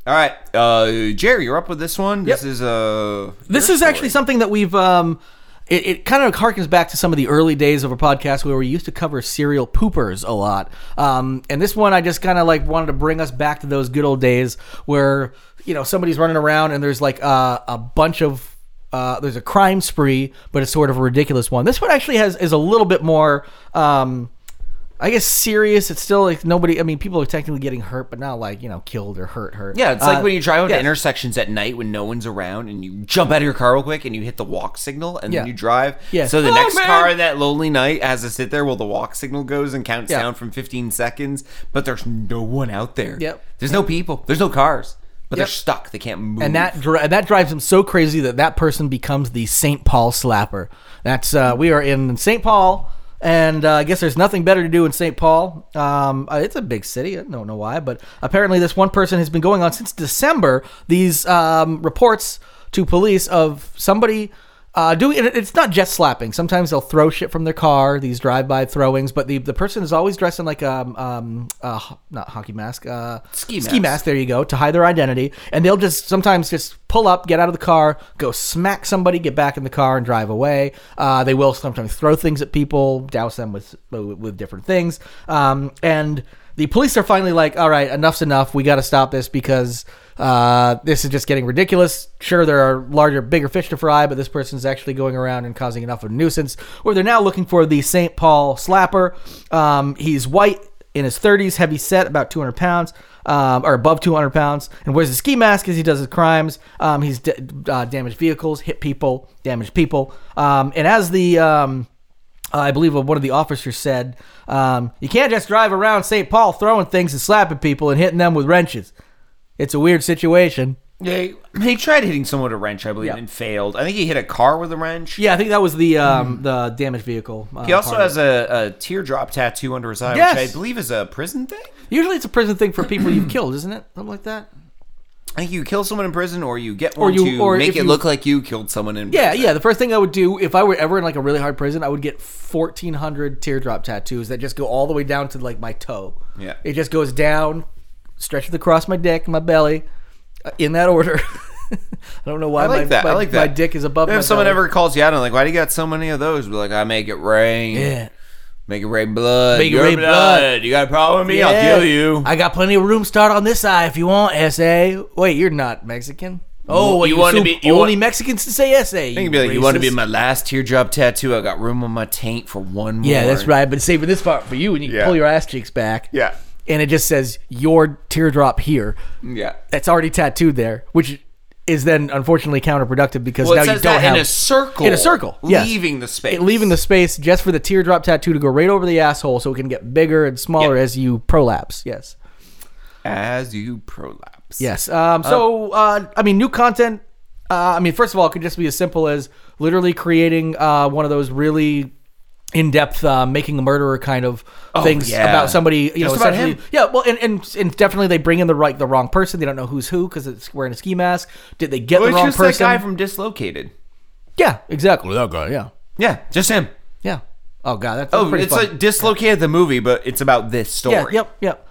[SPEAKER 2] All right, uh, Jerry, you're up with this one. This
[SPEAKER 3] Yep.
[SPEAKER 2] is uh,
[SPEAKER 3] This
[SPEAKER 2] your
[SPEAKER 3] is
[SPEAKER 2] story.
[SPEAKER 3] actually something that we've um it, it kind of harkens back to some of the early days of our podcast where we used to cover serial poopers a lot. Um, and this one I just kind of like wanted to bring us back to those good old days where you know somebody's running around and there's like uh, a bunch of uh, there's a crime spree, but it's sort of a ridiculous one. This one actually has is a little bit more um, I guess serious. It's still like nobody. I mean, people are technically getting hurt, but not like you know killed or hurt. Hurt.
[SPEAKER 2] yeah. It's like
[SPEAKER 3] Uh,
[SPEAKER 2] when you drive up
[SPEAKER 3] yeah.
[SPEAKER 2] to intersections at night when no one's around, and you jump out of your car real quick, and you hit the walk signal, and
[SPEAKER 3] Yeah.
[SPEAKER 2] then you drive.
[SPEAKER 3] Yeah.
[SPEAKER 2] So the
[SPEAKER 3] Oh,
[SPEAKER 2] next
[SPEAKER 3] man.
[SPEAKER 2] car that lonely night has to sit there while the walk signal goes and counts
[SPEAKER 3] Yeah.
[SPEAKER 2] down from 15 seconds, but there's no one out there.
[SPEAKER 3] Yep.
[SPEAKER 2] There's no people. There's no cars. But
[SPEAKER 3] Yep.
[SPEAKER 2] they're stuck. They can't move.
[SPEAKER 3] and that dri- and that drives him so crazy that that person becomes the St. Paul slapper. That's uh, we are in St. Paul, and uh, I guess there's nothing better to do in St. Paul. Um, uh, it's a big city. I don't know why, but apparently this one person has been going on since December. These um, reports to police of somebody. Uh, doing it, it's not just slapping. Sometimes they'll throw shit from their car, these drive-by throwings. But the, the person is always dressed in like um um uh, ho- not hockey mask uh
[SPEAKER 2] Ski
[SPEAKER 3] ski
[SPEAKER 2] mask.
[SPEAKER 3] mask there you go to hide their identity and they'll just sometimes just pull up get out of the car go smack somebody get back in the car and drive away uh, they will sometimes throw things at people douse them with with different things um, and the police are finally like all right enough's enough we got to stop this because uh, this is just getting ridiculous sure there are larger bigger fish to fry but this person's actually going around and causing enough of a nuisance where they're now looking for the st paul slapper um, he's white in his 30s, heavy set, about 200 pounds, um, or above 200 pounds, and wears a ski mask as he does his crimes. Um, he's d- uh, damaged vehicles, hit people, damaged people. Um, and as the, um, I believe one of the officers said, um, you can't just drive around St. Paul throwing things and slapping people and hitting them with wrenches. It's a weird situation.
[SPEAKER 2] They he tried hitting someone with a wrench, I believe,
[SPEAKER 3] Yeah.
[SPEAKER 2] and failed. I think he hit a car with a wrench.
[SPEAKER 3] Yeah, I think that was the um, the damaged vehicle. Uh,
[SPEAKER 2] Hmm. He also
[SPEAKER 3] part
[SPEAKER 2] has
[SPEAKER 3] of it.
[SPEAKER 2] a, a teardrop tattoo under his eye,
[SPEAKER 3] Yes.
[SPEAKER 2] which I believe is a prison thing.
[SPEAKER 3] Usually it's a prison thing for people you've killed, isn't it? Something like that.
[SPEAKER 2] I think you kill someone in prison, or you get one
[SPEAKER 3] you-
[SPEAKER 2] to
[SPEAKER 3] or
[SPEAKER 2] make
[SPEAKER 3] if
[SPEAKER 2] it
[SPEAKER 3] you-
[SPEAKER 2] look like you killed someone in.
[SPEAKER 3] Yeah,
[SPEAKER 2] prison.
[SPEAKER 3] yeah. The first thing I would do if I were ever in like a really hard prison, I would get fourteen hundred teardrop tattoos that just go all the way down to like my toe.
[SPEAKER 2] Yeah.
[SPEAKER 3] it just goes down, stretches across my dick, my belly, uh, in that order. (laughs) I don't know why
[SPEAKER 2] I like
[SPEAKER 3] my,
[SPEAKER 2] that.
[SPEAKER 3] My,
[SPEAKER 2] I like that.
[SPEAKER 3] my dick is above.
[SPEAKER 2] If
[SPEAKER 3] my
[SPEAKER 2] someone
[SPEAKER 3] belly.
[SPEAKER 2] ever calls you out, I'm like, "Why do you got so many of those?" Be like, "I make it rain.
[SPEAKER 3] yeah,
[SPEAKER 2] Make it rain blood.
[SPEAKER 3] Make it
[SPEAKER 2] Your
[SPEAKER 3] rain blood.
[SPEAKER 2] You got a problem with me?
[SPEAKER 3] yeah.
[SPEAKER 2] I'll kill you.
[SPEAKER 3] I got plenty of room start on this side if you want. Sa. Wait, you're not Mexican. Oh,
[SPEAKER 2] You
[SPEAKER 3] you,
[SPEAKER 2] wanna
[SPEAKER 3] want to
[SPEAKER 2] be-
[SPEAKER 3] be
[SPEAKER 2] you
[SPEAKER 3] only
[SPEAKER 2] want-
[SPEAKER 3] Mexicans to say SA. You,
[SPEAKER 2] I think you'd be like, "You want to be
[SPEAKER 3] racist."
[SPEAKER 2] my last teardrop tattoo? I got room on my taint for one more."
[SPEAKER 3] Yeah, that's right. But saving this part for you, and you
[SPEAKER 2] Yeah.
[SPEAKER 3] pull your ass cheeks back.
[SPEAKER 2] Yeah.
[SPEAKER 3] and it just says your teardrop here.
[SPEAKER 2] Yeah.
[SPEAKER 3] That's already tattooed there, which is then unfortunately counterproductive because
[SPEAKER 2] Well,
[SPEAKER 3] now
[SPEAKER 2] it says
[SPEAKER 3] you don't
[SPEAKER 2] that
[SPEAKER 3] have
[SPEAKER 2] in a circle.
[SPEAKER 3] In a circle, yes.
[SPEAKER 2] Leaving the space.
[SPEAKER 3] It- leaving the space just for the teardrop tattoo to go right over the asshole, so it can get bigger and smaller
[SPEAKER 2] Yeah.
[SPEAKER 3] as you prolapse. Yes.
[SPEAKER 2] As you prolapse.
[SPEAKER 3] Yes. Um, so, uh, I mean, new content. Uh, I mean, first of all, it could just be as simple as literally creating uh, one of those really in-depth uh, making a murderer kind of things
[SPEAKER 2] Oh, yeah.
[SPEAKER 3] about somebody. You
[SPEAKER 2] Just
[SPEAKER 3] know,
[SPEAKER 2] about
[SPEAKER 3] essentially,
[SPEAKER 2] him.
[SPEAKER 3] yeah. Well, and, and and definitely they bring in the right the wrong person. They don't know who's who because it's wearing a ski mask. Did they get
[SPEAKER 2] Well,
[SPEAKER 3] the
[SPEAKER 2] it's
[SPEAKER 3] wrong
[SPEAKER 2] just
[SPEAKER 3] person?
[SPEAKER 2] that guy from Dislocated.
[SPEAKER 3] yeah, exactly. That guy. Yeah.
[SPEAKER 2] Yeah, just him.
[SPEAKER 3] Yeah. Oh god, that's, that's
[SPEAKER 2] Oh,
[SPEAKER 3] pretty
[SPEAKER 2] it's
[SPEAKER 3] fun.
[SPEAKER 2] like Dislocated the movie, but it's about this story.
[SPEAKER 3] Yeah, yep, yep.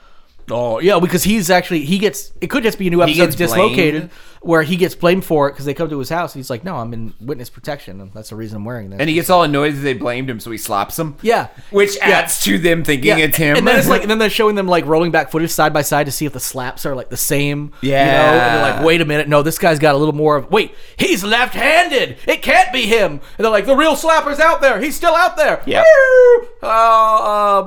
[SPEAKER 3] Oh, yeah, because he's actually he gets it could just be a new episode
[SPEAKER 2] gets
[SPEAKER 3] of dislocated
[SPEAKER 2] blamed.
[SPEAKER 3] where he gets blamed for it because they come to his house and he's like, "No, I'm in witness protection, and that's the reason I'm wearing this."
[SPEAKER 2] And he gets all annoyed that they blamed him, so he slaps him.
[SPEAKER 3] Yeah.
[SPEAKER 2] Which
[SPEAKER 3] Yeah.
[SPEAKER 2] adds to them thinking it's him.
[SPEAKER 3] And
[SPEAKER 2] (laughs)
[SPEAKER 3] then it's like, and then they're showing them like rolling back footage side by side to see if the slaps are like the same. you know? and they're
[SPEAKER 2] Yeah.
[SPEAKER 3] like, wait a minute, no, this guy's got a little more of. Wait, he's left-handed. It can't be him. And they're like, the real slapper's out there. He's still out there.
[SPEAKER 2] Yep.
[SPEAKER 3] Woo! Uh, uh,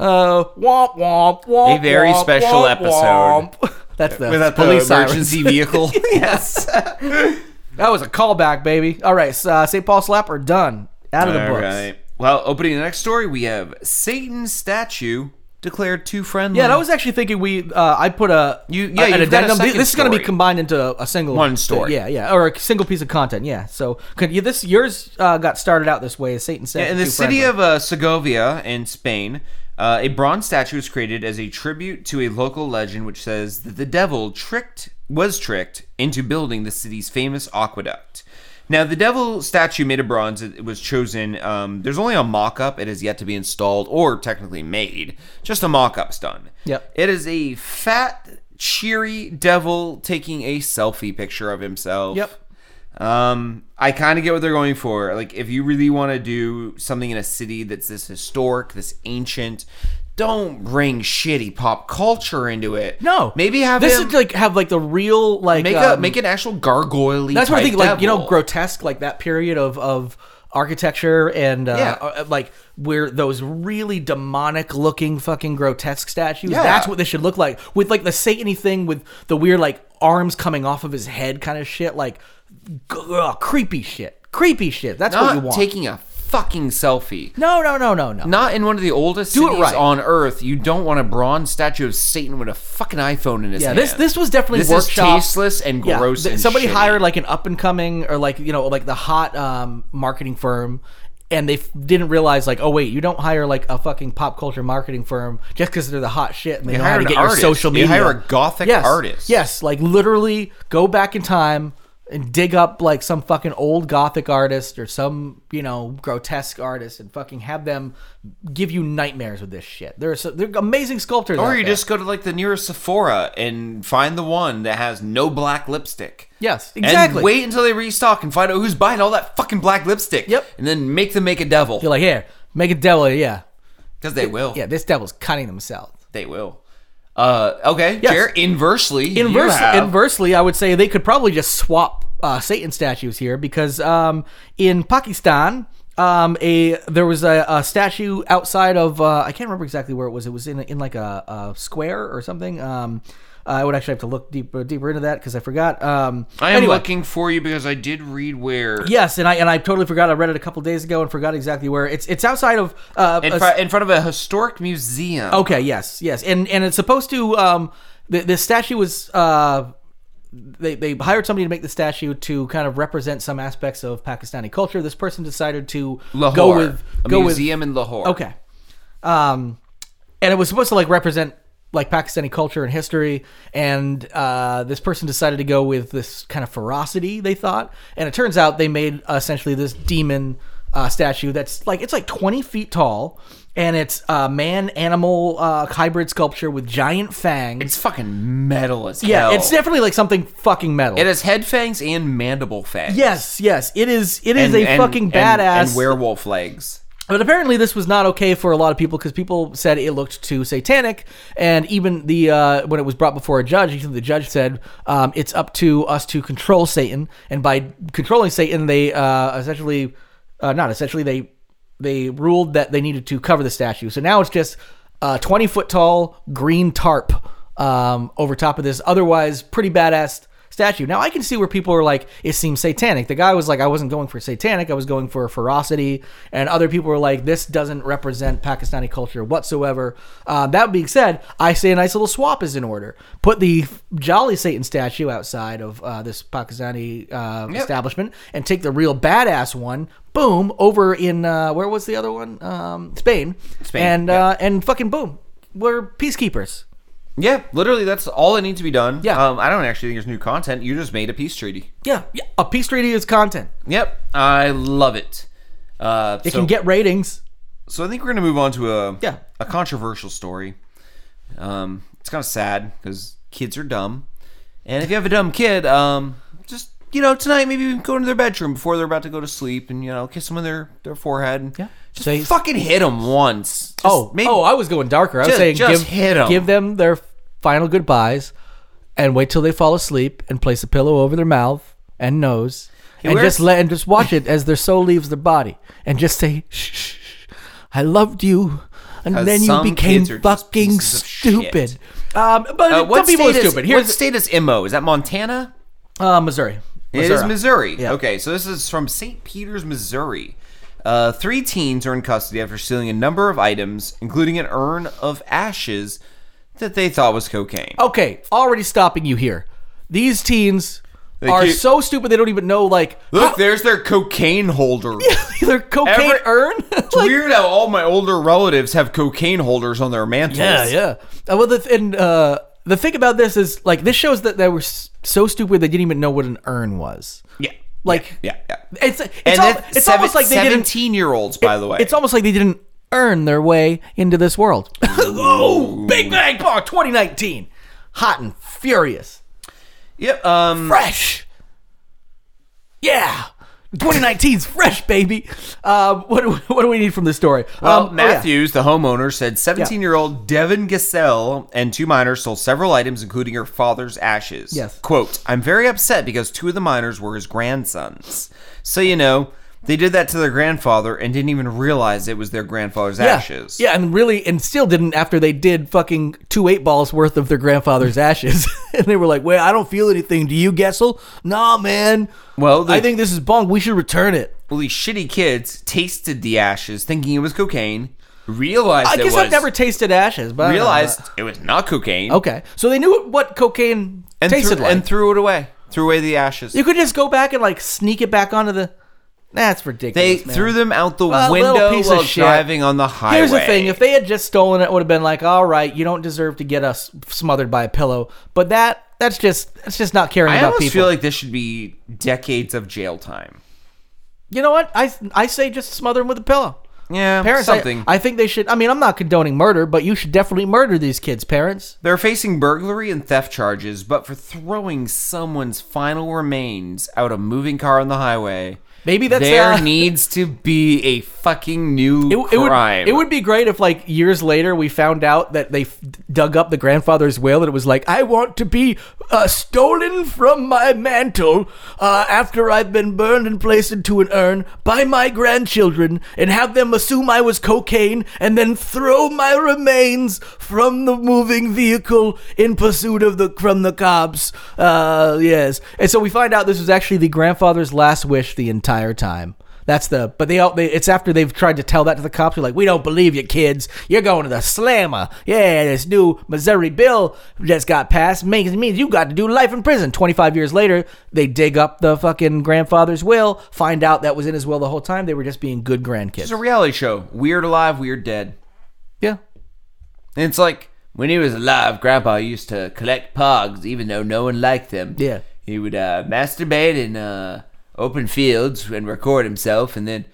[SPEAKER 3] uh, uh, womp womp womp.
[SPEAKER 2] A very
[SPEAKER 3] womp,
[SPEAKER 2] special
[SPEAKER 3] womp,
[SPEAKER 2] episode.
[SPEAKER 3] womp. (laughs) That's the
[SPEAKER 2] without the
[SPEAKER 3] police sirens.
[SPEAKER 2] emergency vehicle.
[SPEAKER 3] (laughs)
[SPEAKER 2] (laughs)
[SPEAKER 3] yes. that was a callback, baby. All right, so, uh, St. Paul slapper done out of the
[SPEAKER 2] All
[SPEAKER 3] books.
[SPEAKER 2] right. Well, opening the next story, we have Satan's statue declared too friendly.
[SPEAKER 3] Yeah, and I was actually thinking we. Uh, I put a
[SPEAKER 2] You- yeah,
[SPEAKER 3] a-
[SPEAKER 2] you've
[SPEAKER 3] an
[SPEAKER 2] got a
[SPEAKER 3] addendum.
[SPEAKER 2] second
[SPEAKER 3] this is going to be
[SPEAKER 2] story.
[SPEAKER 3] combined into a single
[SPEAKER 2] One story.
[SPEAKER 3] Yeah, yeah, or a single piece of content. Yeah. So could you, this yours uh, got started out this way as Satan said.
[SPEAKER 2] In the city of uh, Segovia in Spain, uh, a bronze statue was created as a tribute to a local legend, which says that the devil tricked was tricked into building the city's famous aqueduct. Now, the devil statue made of bronze it was chosen. Um, there's only a mock-up; it has yet to be installed or technically made. Just a mock-up's done.
[SPEAKER 3] Yep.
[SPEAKER 2] It is a fat, cheery devil taking a selfie picture of himself.
[SPEAKER 3] Yep.
[SPEAKER 2] Um, I kind of get what they're going for. Like, if you really want to do something in a city that's this historic, this ancient, don't bring shitty pop culture into it.
[SPEAKER 3] no,
[SPEAKER 2] maybe have
[SPEAKER 3] this
[SPEAKER 2] him
[SPEAKER 3] is like have like the real like
[SPEAKER 2] make a
[SPEAKER 3] um,
[SPEAKER 2] make an actual gargoyle.
[SPEAKER 3] That's what I think. Like you know, grotesque, like that period of of architecture and uh,
[SPEAKER 2] Yeah.
[SPEAKER 3] uh, like where those really demonic looking fucking grotesque statues.
[SPEAKER 2] Yeah.
[SPEAKER 3] That's what they should look like with like the satany thing with the weird like arms coming off of his head kind of shit. Like g- ugh, creepy shit. Creepy shit. That's what you
[SPEAKER 2] Not
[SPEAKER 3] want.
[SPEAKER 2] taking a fucking selfie.
[SPEAKER 3] no, no, no, no, no.
[SPEAKER 2] Not in one of the oldest
[SPEAKER 3] Do it
[SPEAKER 2] cities
[SPEAKER 3] right.
[SPEAKER 2] on Earth. You don't want a bronze statue of Satan with a fucking iPhone in his
[SPEAKER 3] yeah,
[SPEAKER 2] hand.
[SPEAKER 3] this this was definitely
[SPEAKER 2] This is
[SPEAKER 3] workshop.
[SPEAKER 2] tasteless and
[SPEAKER 3] Yeah,
[SPEAKER 2] gross.
[SPEAKER 3] th-
[SPEAKER 2] and
[SPEAKER 3] somebody
[SPEAKER 2] shitty.
[SPEAKER 3] hired like an up and coming or like you know like the hot um, marketing firm, and they f- didn't realize like oh wait you don't hire like a fucking pop culture marketing firm just because they're the hot shit and they,
[SPEAKER 2] They
[SPEAKER 3] know how
[SPEAKER 2] hire
[SPEAKER 3] to
[SPEAKER 2] an
[SPEAKER 3] get
[SPEAKER 2] artist.
[SPEAKER 3] your social
[SPEAKER 2] They
[SPEAKER 3] media.
[SPEAKER 2] hire a gothic
[SPEAKER 3] yes.
[SPEAKER 2] artist.
[SPEAKER 3] Yes, like literally go back in time. And dig up like some fucking old gothic artist or some you know grotesque artist and fucking have them give you nightmares with this shit. There's they're amazing sculptors. out
[SPEAKER 2] Or you
[SPEAKER 3] there.
[SPEAKER 2] just go to like the nearest Sephora and find the one that has no black lipstick.
[SPEAKER 3] Yes, exactly.
[SPEAKER 2] And wait until they restock and find out who's buying all that fucking black lipstick.
[SPEAKER 3] Yep.
[SPEAKER 2] And then make them make a devil.
[SPEAKER 3] you're like here make a devil yeah
[SPEAKER 2] Because they will.
[SPEAKER 3] Yeah, this devil's cutting themselves.
[SPEAKER 2] They will. Uh, okay.
[SPEAKER 3] Yes.
[SPEAKER 2] Jared, inversely.
[SPEAKER 3] Inverse,
[SPEAKER 2] you have-
[SPEAKER 3] inversely, I would say they could probably just swap uh, Satan statues here because um, in Pakistan, um, a there was a, a statue outside of uh, I can't remember exactly where it was. It was in in like a, a square or something. Um, I would actually have to look deeper deeper into that because I forgot. Um,
[SPEAKER 2] I am
[SPEAKER 3] anyway.
[SPEAKER 2] looking for you because I did read where.
[SPEAKER 3] Yes, and I and I totally forgot. I read it a couple days ago and forgot exactly where. It's it's outside of uh,
[SPEAKER 2] In,
[SPEAKER 3] a-
[SPEAKER 2] fr- in front of a historic museum.
[SPEAKER 3] Okay. Yes. Yes. And and it's supposed to. Um, the the statue was. Uh, they, they hired somebody to make the statue to kind of represent some aspects of Pakistani culture. This person decided to
[SPEAKER 2] Lahore.
[SPEAKER 3] go with
[SPEAKER 2] a
[SPEAKER 3] go with
[SPEAKER 2] museum in Lahore.
[SPEAKER 3] Okay. Um, and it was supposed to like represent like Pakistani culture and history, and uh, this person decided to go with this kind of ferocity they thought, and it turns out they made uh, essentially this demon uh, statue that's like it's like twenty feet tall, and it's a man animal uh, hybrid sculpture with giant fangs.
[SPEAKER 2] It's fucking metal as
[SPEAKER 3] yeah,
[SPEAKER 2] hell.
[SPEAKER 3] it's definitely like something fucking metal.
[SPEAKER 2] It has head fangs and mandible fangs.
[SPEAKER 3] yes, yes, it is. It is
[SPEAKER 2] And-
[SPEAKER 3] a
[SPEAKER 2] and- and-
[SPEAKER 3] fucking badass.
[SPEAKER 2] And werewolf legs.
[SPEAKER 3] But apparently, this was not okay for a lot of people because people said it looked too satanic, and even the uh, when it was brought before a judge, even the judge said um, it's up to us to control Satan, and by controlling Satan, they uh, essentially, uh, not essentially, they they ruled that they needed to cover the statue. So now it's just uh, 20 foot tall green tarp um, over top of this otherwise pretty badass statue. Now I can see where people are like, it seems satanic. The guy was like, I wasn't going for satanic, I was going for ferocity. And other people were like, this doesn't represent Pakistani culture whatsoever. Uh, that being said, I say a nice little swap is in order. Put the Jolly Satan statue outside of uh, this Pakistani uh, establishment and take the real badass one. Boom, over in uh, where was the other one? Um, Spain.
[SPEAKER 2] Spain,
[SPEAKER 3] And
[SPEAKER 2] yeah.
[SPEAKER 3] uh, and fucking boom, we're peacekeepers.
[SPEAKER 2] Yeah, literally, that's all that needs to be done.
[SPEAKER 3] Yeah.
[SPEAKER 2] Um, I don't actually think there's new content. You just made a peace treaty.
[SPEAKER 3] Yeah, yeah. A peace treaty is content.
[SPEAKER 2] Yep, I love it. Uh,
[SPEAKER 3] It
[SPEAKER 2] so,
[SPEAKER 3] can get ratings.
[SPEAKER 2] so I think we're gonna move on to a
[SPEAKER 3] Yeah.
[SPEAKER 2] a controversial story. Um, it's kind of sad because kids are dumb, and if you have a dumb kid, um, just you know tonight maybe go into their bedroom before they're about to go to sleep, and you know kiss them on their their forehead.
[SPEAKER 3] Yeah.
[SPEAKER 2] just
[SPEAKER 3] Say-
[SPEAKER 2] fucking hit them once. Just
[SPEAKER 3] Oh,
[SPEAKER 2] maybe-
[SPEAKER 3] oh, I was going darker. I was
[SPEAKER 2] Just-
[SPEAKER 3] saying
[SPEAKER 2] just
[SPEAKER 3] give,
[SPEAKER 2] hit 'em.
[SPEAKER 3] give them their final goodbyes and wait till they fall asleep and place a pillow over their mouth and nose and
[SPEAKER 2] where's-
[SPEAKER 3] just let and just watch it as their soul leaves their body and just say shh, shh, shh, I loved you and
[SPEAKER 2] Uh,
[SPEAKER 3] then you
[SPEAKER 2] some
[SPEAKER 3] became
[SPEAKER 2] kids are just
[SPEAKER 3] fucking
[SPEAKER 2] pieces of
[SPEAKER 3] stupid.
[SPEAKER 2] shit.
[SPEAKER 3] Um, but
[SPEAKER 2] Uh,
[SPEAKER 3] some
[SPEAKER 2] what
[SPEAKER 3] people are
[SPEAKER 2] state is-
[SPEAKER 3] stupid.
[SPEAKER 2] what
[SPEAKER 3] Here's
[SPEAKER 2] state is Imo? Is that Montana?
[SPEAKER 3] uh, Missouri.
[SPEAKER 2] It is Missouri.
[SPEAKER 3] Yeah.
[SPEAKER 2] Okay, so this is from St. Peter's, Missouri. Uh, three teens are in custody after stealing a number of items, including an urn of ashes that they thought was cocaine.
[SPEAKER 3] Okay, already stopping you here. These teens
[SPEAKER 2] They
[SPEAKER 3] are
[SPEAKER 2] keep-
[SPEAKER 3] so stupid they don't even know like (laughs)
[SPEAKER 2] Look, there's their cocaine holder.
[SPEAKER 3] their cocaine
[SPEAKER 2] Every-
[SPEAKER 3] urn.
[SPEAKER 2] (laughs) It's weird how all my older relatives have cocaine holders on their mantles.
[SPEAKER 3] Yeah, yeah. Uh, well, the th- and uh, the thing about this is like this shows that they were s- so stupid they didn't even know what an urn was.
[SPEAKER 2] Yeah.
[SPEAKER 3] Like
[SPEAKER 2] Yeah, yeah.
[SPEAKER 3] It's it's,
[SPEAKER 2] And
[SPEAKER 3] al-
[SPEAKER 2] then
[SPEAKER 3] it's
[SPEAKER 2] seven-
[SPEAKER 3] almost like they didn't.
[SPEAKER 2] 17 year olds, by the way.
[SPEAKER 3] It's almost like they didn't earn their way into this world. (laughs) oh, Big Bang Park 2019, hot and furious,
[SPEAKER 2] Yep. Um,
[SPEAKER 3] fresh. Yeah. 2019's fresh, baby. Um, what, (laughs) do we- what do we need from this story?
[SPEAKER 2] Well,
[SPEAKER 3] Um, oh, yeah.
[SPEAKER 2] Matthews, the homeowner, said 17 year old Devin Gasell and two minors stole several items, including her father's ashes.
[SPEAKER 3] Yes.
[SPEAKER 2] Quote I'm very upset because two of the minors were his grandsons. So, you know, they did that to their grandfather and didn't even realize it was their grandfather's
[SPEAKER 3] Yeah.
[SPEAKER 2] ashes.
[SPEAKER 3] Yeah, and really, and still didn't after they did fucking two eight balls worth of their grandfather's ashes, (laughs) and they were like, "Wait, I don't feel anything. Do you, Gessel? Nah, man.
[SPEAKER 2] Well, the-
[SPEAKER 3] I think this is bunk. We should return it."
[SPEAKER 2] Well, these shitty kids tasted the ashes thinking it was cocaine, realized
[SPEAKER 3] I
[SPEAKER 2] it
[SPEAKER 3] guess
[SPEAKER 2] was.
[SPEAKER 3] I've never tasted ashes, but I don't know
[SPEAKER 2] realized
[SPEAKER 3] about-
[SPEAKER 2] it was not cocaine.
[SPEAKER 3] okay, so they knew what cocaine
[SPEAKER 2] And,
[SPEAKER 3] tasted
[SPEAKER 2] threw,
[SPEAKER 3] like.
[SPEAKER 2] and threw it away. Threw away the ashes.
[SPEAKER 3] you could just go back and like sneak it back onto the. That's
[SPEAKER 2] they
[SPEAKER 3] ridiculous. man.
[SPEAKER 2] threw them out the
[SPEAKER 3] Well, little
[SPEAKER 2] window
[SPEAKER 3] piece of
[SPEAKER 2] while
[SPEAKER 3] shit.
[SPEAKER 2] driving on the highway.
[SPEAKER 3] Here's the thing: if they had just stolen it, would have been like, "All right, you don't deserve to get us smothered by a pillow." But that. That's just that's just not caring
[SPEAKER 2] I
[SPEAKER 3] about
[SPEAKER 2] almost
[SPEAKER 3] people.
[SPEAKER 2] feel like this should be decades of jail time.
[SPEAKER 3] You know what? I I say just smother him with a pillow.
[SPEAKER 2] Yeah,
[SPEAKER 3] Parents,
[SPEAKER 2] something.
[SPEAKER 3] I, I think they should. I mean, I'm not condoning murder, but you should definitely murder these kids, parents.
[SPEAKER 2] They're facing burglary and theft charges, but for throwing someone's final remains out a moving car on the highway.
[SPEAKER 3] Maybe that's,
[SPEAKER 2] there
[SPEAKER 3] uh,
[SPEAKER 2] needs to be a fucking new
[SPEAKER 3] It, it would
[SPEAKER 2] crime.
[SPEAKER 3] it would be great if like years later we found out that they f- dug up the grandfather's will and it was like I want to be uh, stolen from my mantle uh, after I've been burned and placed into an urn by my grandchildren and have them assume I was cocaine and then throw my remains from the moving vehicle in pursuit of the from the cops. Uh, yes, and so we find out this was actually the grandfather's last wish the entire time. That's the but they all they, it's after they've tried to tell that to the cops. They're like, we don't believe you, kids. You're going to the slammer. Yeah, this new Missouri bill just got passed makes means you got to do life in prison. Twenty five years later, they dig up the fucking grandfather's will, find out that was in his will the whole time. They were just being good
[SPEAKER 2] It's
[SPEAKER 3] grandkids.
[SPEAKER 2] a reality show. Weird alive, weird dead.
[SPEAKER 3] Yeah,
[SPEAKER 2] And it's like when he was alive, Grandpa used to collect pogs, even though no one liked them.
[SPEAKER 3] Yeah.
[SPEAKER 2] he would uh, masturbate in uh, open fields and record himself, and then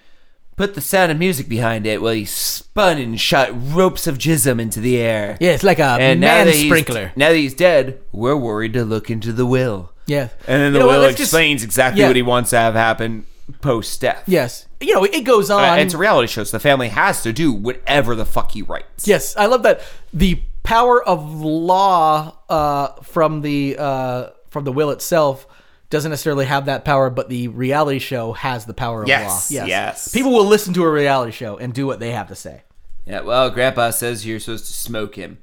[SPEAKER 2] put the sound of music behind it while he spun and shot ropes of jism into the air.
[SPEAKER 3] yeah, it's like a
[SPEAKER 2] and now
[SPEAKER 3] man
[SPEAKER 2] that he's-
[SPEAKER 3] sprinkler.
[SPEAKER 2] Now that he's dead, we're worried to look into the will.
[SPEAKER 3] Yeah,
[SPEAKER 2] And then
[SPEAKER 3] You
[SPEAKER 2] the
[SPEAKER 3] know what,
[SPEAKER 2] will
[SPEAKER 3] let's just-
[SPEAKER 2] explains exactly
[SPEAKER 3] yeah.
[SPEAKER 2] what he wants to have happen post death.
[SPEAKER 3] Yes, you know it goes on.
[SPEAKER 2] Uh, it's a reality show, so the family has to do whatever the fuck he writes.
[SPEAKER 3] Yes, I love that. The power of law uh, from the uh, from the will itself doesn't necessarily have that power, but the reality show has the power of
[SPEAKER 2] Yes,
[SPEAKER 3] law.
[SPEAKER 2] yes.
[SPEAKER 3] People will listen to a reality show and do what they have to say.
[SPEAKER 2] Yeah, well, Grandpa says you're supposed to smoke him.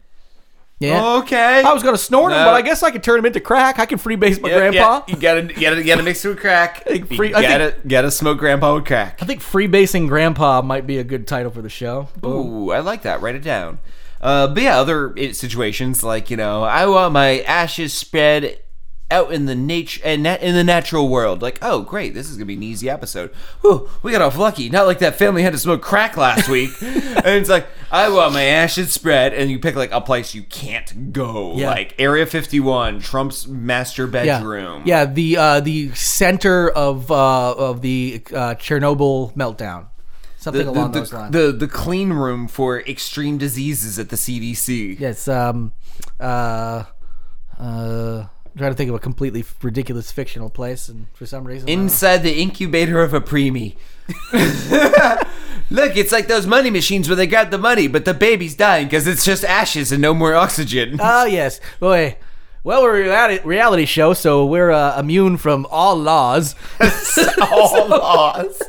[SPEAKER 3] Yeah.
[SPEAKER 2] Okay.
[SPEAKER 3] I was gonna snort him,
[SPEAKER 2] No.
[SPEAKER 3] but I guess I could turn him into crack. I can freebase my
[SPEAKER 2] Yeah,
[SPEAKER 3] grandpa.
[SPEAKER 2] yeah, you gotta, you gotta, you gotta mix it with crack.
[SPEAKER 3] think
[SPEAKER 2] You
[SPEAKER 3] free- I
[SPEAKER 2] gotta, gotta smoke Grandpa with crack.
[SPEAKER 3] I think freebasing grandpa might be a good title for the show.
[SPEAKER 2] Ooh, I like that. Write it down. Uh, but yeah, other i- situations like you know, I want my ashes spread out in the nature and nat- in the natural world. Like, oh, great, this is gonna be an easy episode. Whew, we got off lucky. Not like that family had to smoke crack last
[SPEAKER 3] (laughs)
[SPEAKER 2] week. and it's like, I want my ashes spread, and you pick like a place you can't go,
[SPEAKER 3] Yeah.
[SPEAKER 2] like Area Fifty One, Trump's master
[SPEAKER 3] yeah,
[SPEAKER 2] bedroom.
[SPEAKER 3] yeah. The uh, the center of uh, of the uh, Chernobyl meltdown, something
[SPEAKER 2] The,
[SPEAKER 3] along
[SPEAKER 2] the,
[SPEAKER 3] those lines.
[SPEAKER 2] the, the clean room for extreme diseases at the CDC.
[SPEAKER 3] yes. Um. Uh. Uh. Trying to think of a completely f- ridiculous fictional place, and for some reason, I don't-
[SPEAKER 2] inside the incubator of a (laughs) preemie. Look, it's like those money machines where they grab the money, but the baby's dying because it's just ashes and no more oxygen.
[SPEAKER 3] oh yes, boy. Well, we're a reality- reality show, so we're uh, immune from all laws. (laughs)
[SPEAKER 2] (laughs) all laws.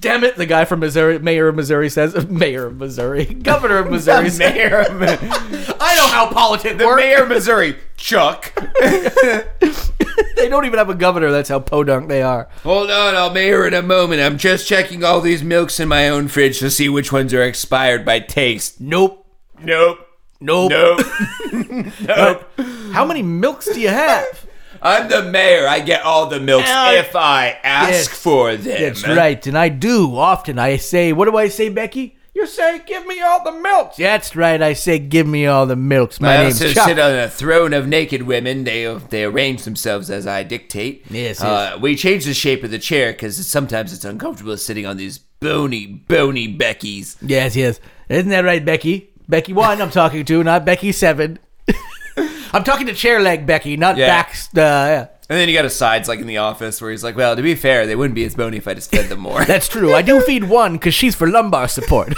[SPEAKER 3] Damn it! The guy from Missouri, mayor of Missouri, says (laughs) mayor of Missouri, governor of Missouri.
[SPEAKER 2] The mayor of
[SPEAKER 3] (laughs) I know how politics
[SPEAKER 2] the
[SPEAKER 3] work.
[SPEAKER 2] mayor of Missouri, Chuck.
[SPEAKER 3] They don't even have a governor. That's how podunk they are.
[SPEAKER 2] (laughs) Hold on, I'll mayor in a moment. I'm just checking all these milks in my own fridge to see which ones are expired by taste.
[SPEAKER 3] Nope.
[SPEAKER 2] Nope.
[SPEAKER 3] Nope.
[SPEAKER 2] Nope. nope.
[SPEAKER 3] How many milks do you have?
[SPEAKER 2] (laughs) I'm the mayor. I get all the milks
[SPEAKER 3] Uh,
[SPEAKER 2] if I ask
[SPEAKER 3] yes.
[SPEAKER 2] for them.
[SPEAKER 3] That's right. And I do often. I say, what do I say, Becky? You say, give me all the milks. That's right. I say, give me all the milks. My
[SPEAKER 2] I
[SPEAKER 3] name's
[SPEAKER 2] also
[SPEAKER 3] Chuck.
[SPEAKER 2] sit on a throne of naked women. They they arrange themselves as I dictate.
[SPEAKER 3] Yes,
[SPEAKER 2] Uh, we change the shape of the chair because sometimes it's uncomfortable sitting on these bony, bony Beckys.
[SPEAKER 3] yes, yes. Isn't that right, Becky? Becky 1 I'm talking to, not Becky 7. (laughs) I'm talking to chair leg Becky, not
[SPEAKER 2] Yeah.
[SPEAKER 3] back. Uh, yeah.
[SPEAKER 2] And then you got a sides like in the office where he's like, "Well, to be fair, they wouldn't be as bony if I just fed them more."
[SPEAKER 3] (laughs) That's true. I do feed one because she's for lumbar (laughs) support.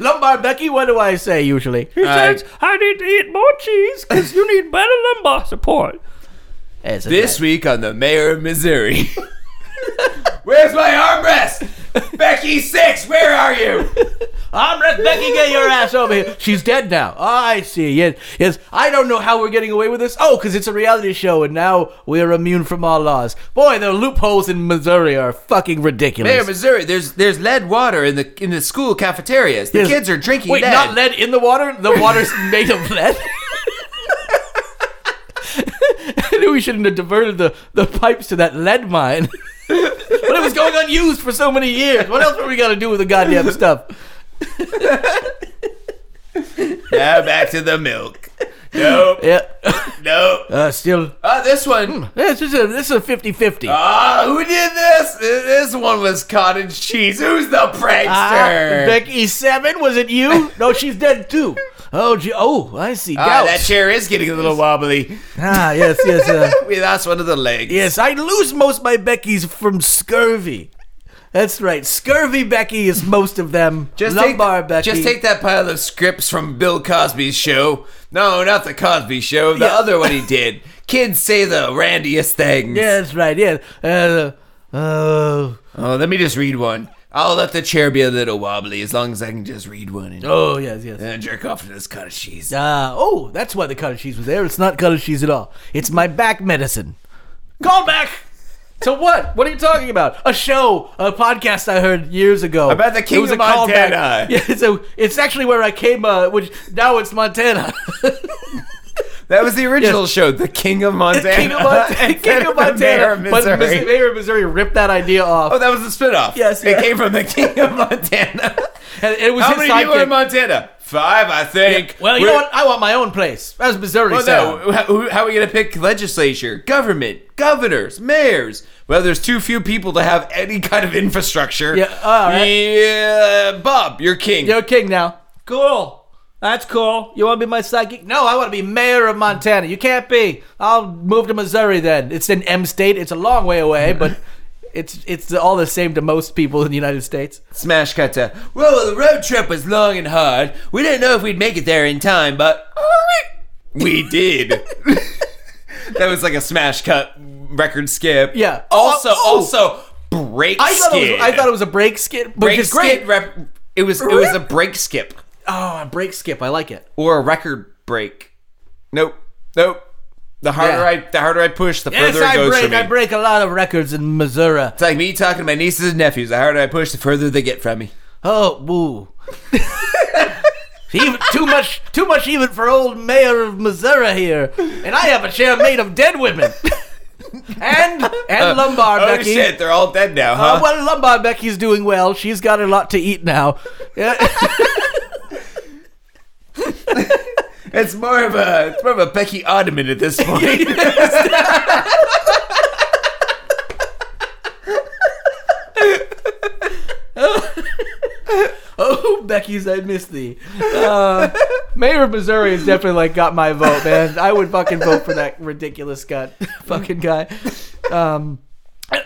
[SPEAKER 3] lumbar Becky, what do I say usually? He
[SPEAKER 2] Uh, says,
[SPEAKER 3] I need to eat more cheese because you need better lumbar support.
[SPEAKER 2] this week on the mayor of Missouri. (laughs) Where's my armrest, Becky Six? Where are
[SPEAKER 3] (laughs)
[SPEAKER 2] you?
[SPEAKER 3] Armrest Becky, get your ass over here. She's dead now. Oh, I see. Yes, yes. I don't know how we're getting away with this. Oh, because it's a reality show and now we're immune from all laws. Boy, the loopholes in Missouri are fucking ridiculous.
[SPEAKER 2] Mayor of Missouri. There's there's lead water in the in the school cafeterias. The
[SPEAKER 3] Yes.
[SPEAKER 2] kids are drinking.
[SPEAKER 3] Wait,
[SPEAKER 2] lead.
[SPEAKER 3] not lead in the water? The water's made of lead? (laughs) I knew we shouldn't have diverted the, the pipes to that lead mine. (laughs) but it was going unused for so many years. What else were we going to do with the goddamn stuff?
[SPEAKER 2] Now back to the
[SPEAKER 3] (laughs)
[SPEAKER 2] milk. Nope.
[SPEAKER 3] Yeah.
[SPEAKER 2] Nope.
[SPEAKER 3] Uh, still.
[SPEAKER 2] Oh, this one.
[SPEAKER 3] Yeah, This is a, this is a 50 50.
[SPEAKER 2] Ah, who did this? This one was cottage cheese. Who's the prankster?
[SPEAKER 3] Ah, Becky Seven, was it you? No, she's dead too. Oh, gee, oh, I see.
[SPEAKER 2] ah,
[SPEAKER 3] Gout.
[SPEAKER 2] that chair is getting a little wobbly.
[SPEAKER 3] ah, yes, yes, uh,
[SPEAKER 2] (laughs) We lost one of the legs.
[SPEAKER 3] yes. I lose most of my Beckys from scurvy. That's right, scurvy Becky is most of them.
[SPEAKER 2] Just
[SPEAKER 3] lumbar
[SPEAKER 2] take,
[SPEAKER 3] Becky.
[SPEAKER 2] just take that pile of scripts from Bill Cosby's show. No, not the Cosby show. The
[SPEAKER 3] Yeah.
[SPEAKER 2] other one he did.
[SPEAKER 3] (laughs)
[SPEAKER 2] Kids say the randiest things.
[SPEAKER 3] Yeah, that's right. Yeah. Uh, oh,
[SPEAKER 2] Oh, let me just read one. I'll let the chair be a little wobbly as long as I can just read one and,
[SPEAKER 3] oh, yes, yes.
[SPEAKER 2] and jerk off to this cottage cheese.
[SPEAKER 3] Ah, oh, that's why the cottage cheese was there. It's not cottage cheese at all. It's my back medicine. Call back. To what? What are you talking about? A show, a podcast I heard years ago
[SPEAKER 2] About the
[SPEAKER 3] It
[SPEAKER 2] king
[SPEAKER 3] was
[SPEAKER 2] of
[SPEAKER 3] a callback. (laughs)
[SPEAKER 2] Montana.
[SPEAKER 3] Yeah, so it's actually where I came. Uh, which now
[SPEAKER 2] (laughs)
[SPEAKER 3] it's Montana.
[SPEAKER 2] That was the original show, The King of Montana.
[SPEAKER 3] King of
[SPEAKER 2] (laughs)
[SPEAKER 3] Montana. King
[SPEAKER 2] Instead the
[SPEAKER 3] of
[SPEAKER 2] Mayor
[SPEAKER 3] Montana.
[SPEAKER 2] of
[SPEAKER 3] But
[SPEAKER 2] Missouri.
[SPEAKER 3] Miss- Mayor of Missouri ripped that idea off.
[SPEAKER 2] Oh, that was a spinoff.
[SPEAKER 3] Yes,
[SPEAKER 2] It
[SPEAKER 3] yeah.
[SPEAKER 2] came from The King of Montana.
[SPEAKER 3] and (laughs) it was
[SPEAKER 2] How
[SPEAKER 3] his
[SPEAKER 2] many people are in
[SPEAKER 3] sidekick.
[SPEAKER 2] Montana? Five, I think.
[SPEAKER 3] Well, you
[SPEAKER 2] We're-
[SPEAKER 3] know what? I want my own place. That was Missouri.
[SPEAKER 2] Well,
[SPEAKER 3] sound.
[SPEAKER 2] no. How- who- How are we going to pick legislature, government, governors, mayors? Well, there's too few people to have any kind of infrastructure.
[SPEAKER 3] Yeah, all right.
[SPEAKER 2] Yeah, Bob, you're king.
[SPEAKER 3] You're king now. Cool. That's cool. You want to be my psychic? No, I want to be mayor of Montana. You can't be. I'll move to Missouri then. It's an M state. It's a long way (laughs) away, but it's it's all the same to most people in the United States.
[SPEAKER 2] Smash cut to, well, the road trip was long and hard. We didn't know if we'd make it there in time, but (laughs) we did.
[SPEAKER 3] (laughs)
[SPEAKER 2] that was like a smash cut record skip.
[SPEAKER 3] Yeah.
[SPEAKER 2] Also,
[SPEAKER 3] Oh, oh.
[SPEAKER 2] also break
[SPEAKER 3] I thought, it
[SPEAKER 2] skid.
[SPEAKER 3] was, I thought it was a break skid, which
[SPEAKER 2] break
[SPEAKER 3] is great.
[SPEAKER 2] skid rep- It was it
[SPEAKER 3] (laughs)
[SPEAKER 2] was a break skip
[SPEAKER 3] Oh, a break skip. I like it.
[SPEAKER 2] or a record break. Nope, nope. The harder
[SPEAKER 3] Yeah.
[SPEAKER 2] I the harder I push, the
[SPEAKER 3] Yes,
[SPEAKER 2] further it
[SPEAKER 3] I
[SPEAKER 2] goes
[SPEAKER 3] break.
[SPEAKER 2] from me.
[SPEAKER 3] I break a lot of records in Missouri.
[SPEAKER 2] It's like me talking to my nieces and nephews. The harder I push, the further they get from me.
[SPEAKER 3] Oh, woo. even, too much, too much even for old mayor of Missouri here. And I have a chair made of dead women. and and lumbar
[SPEAKER 2] oh
[SPEAKER 3] Becky.
[SPEAKER 2] shit, they're all dead now, huh?
[SPEAKER 3] Uh, well, lumbar Becky's doing well. She's got a lot to eat now. Yeah.
[SPEAKER 2] It's more of a it's more of a Becky Ottoman at this
[SPEAKER 3] (laughs)
[SPEAKER 2] point.
[SPEAKER 3] (laughs) oh, Becky's, I miss thee. Uh, mayor of Missouri has definitely like got my vote, man. I would fucking vote for that ridiculous gut (laughs) fucking guy. Um,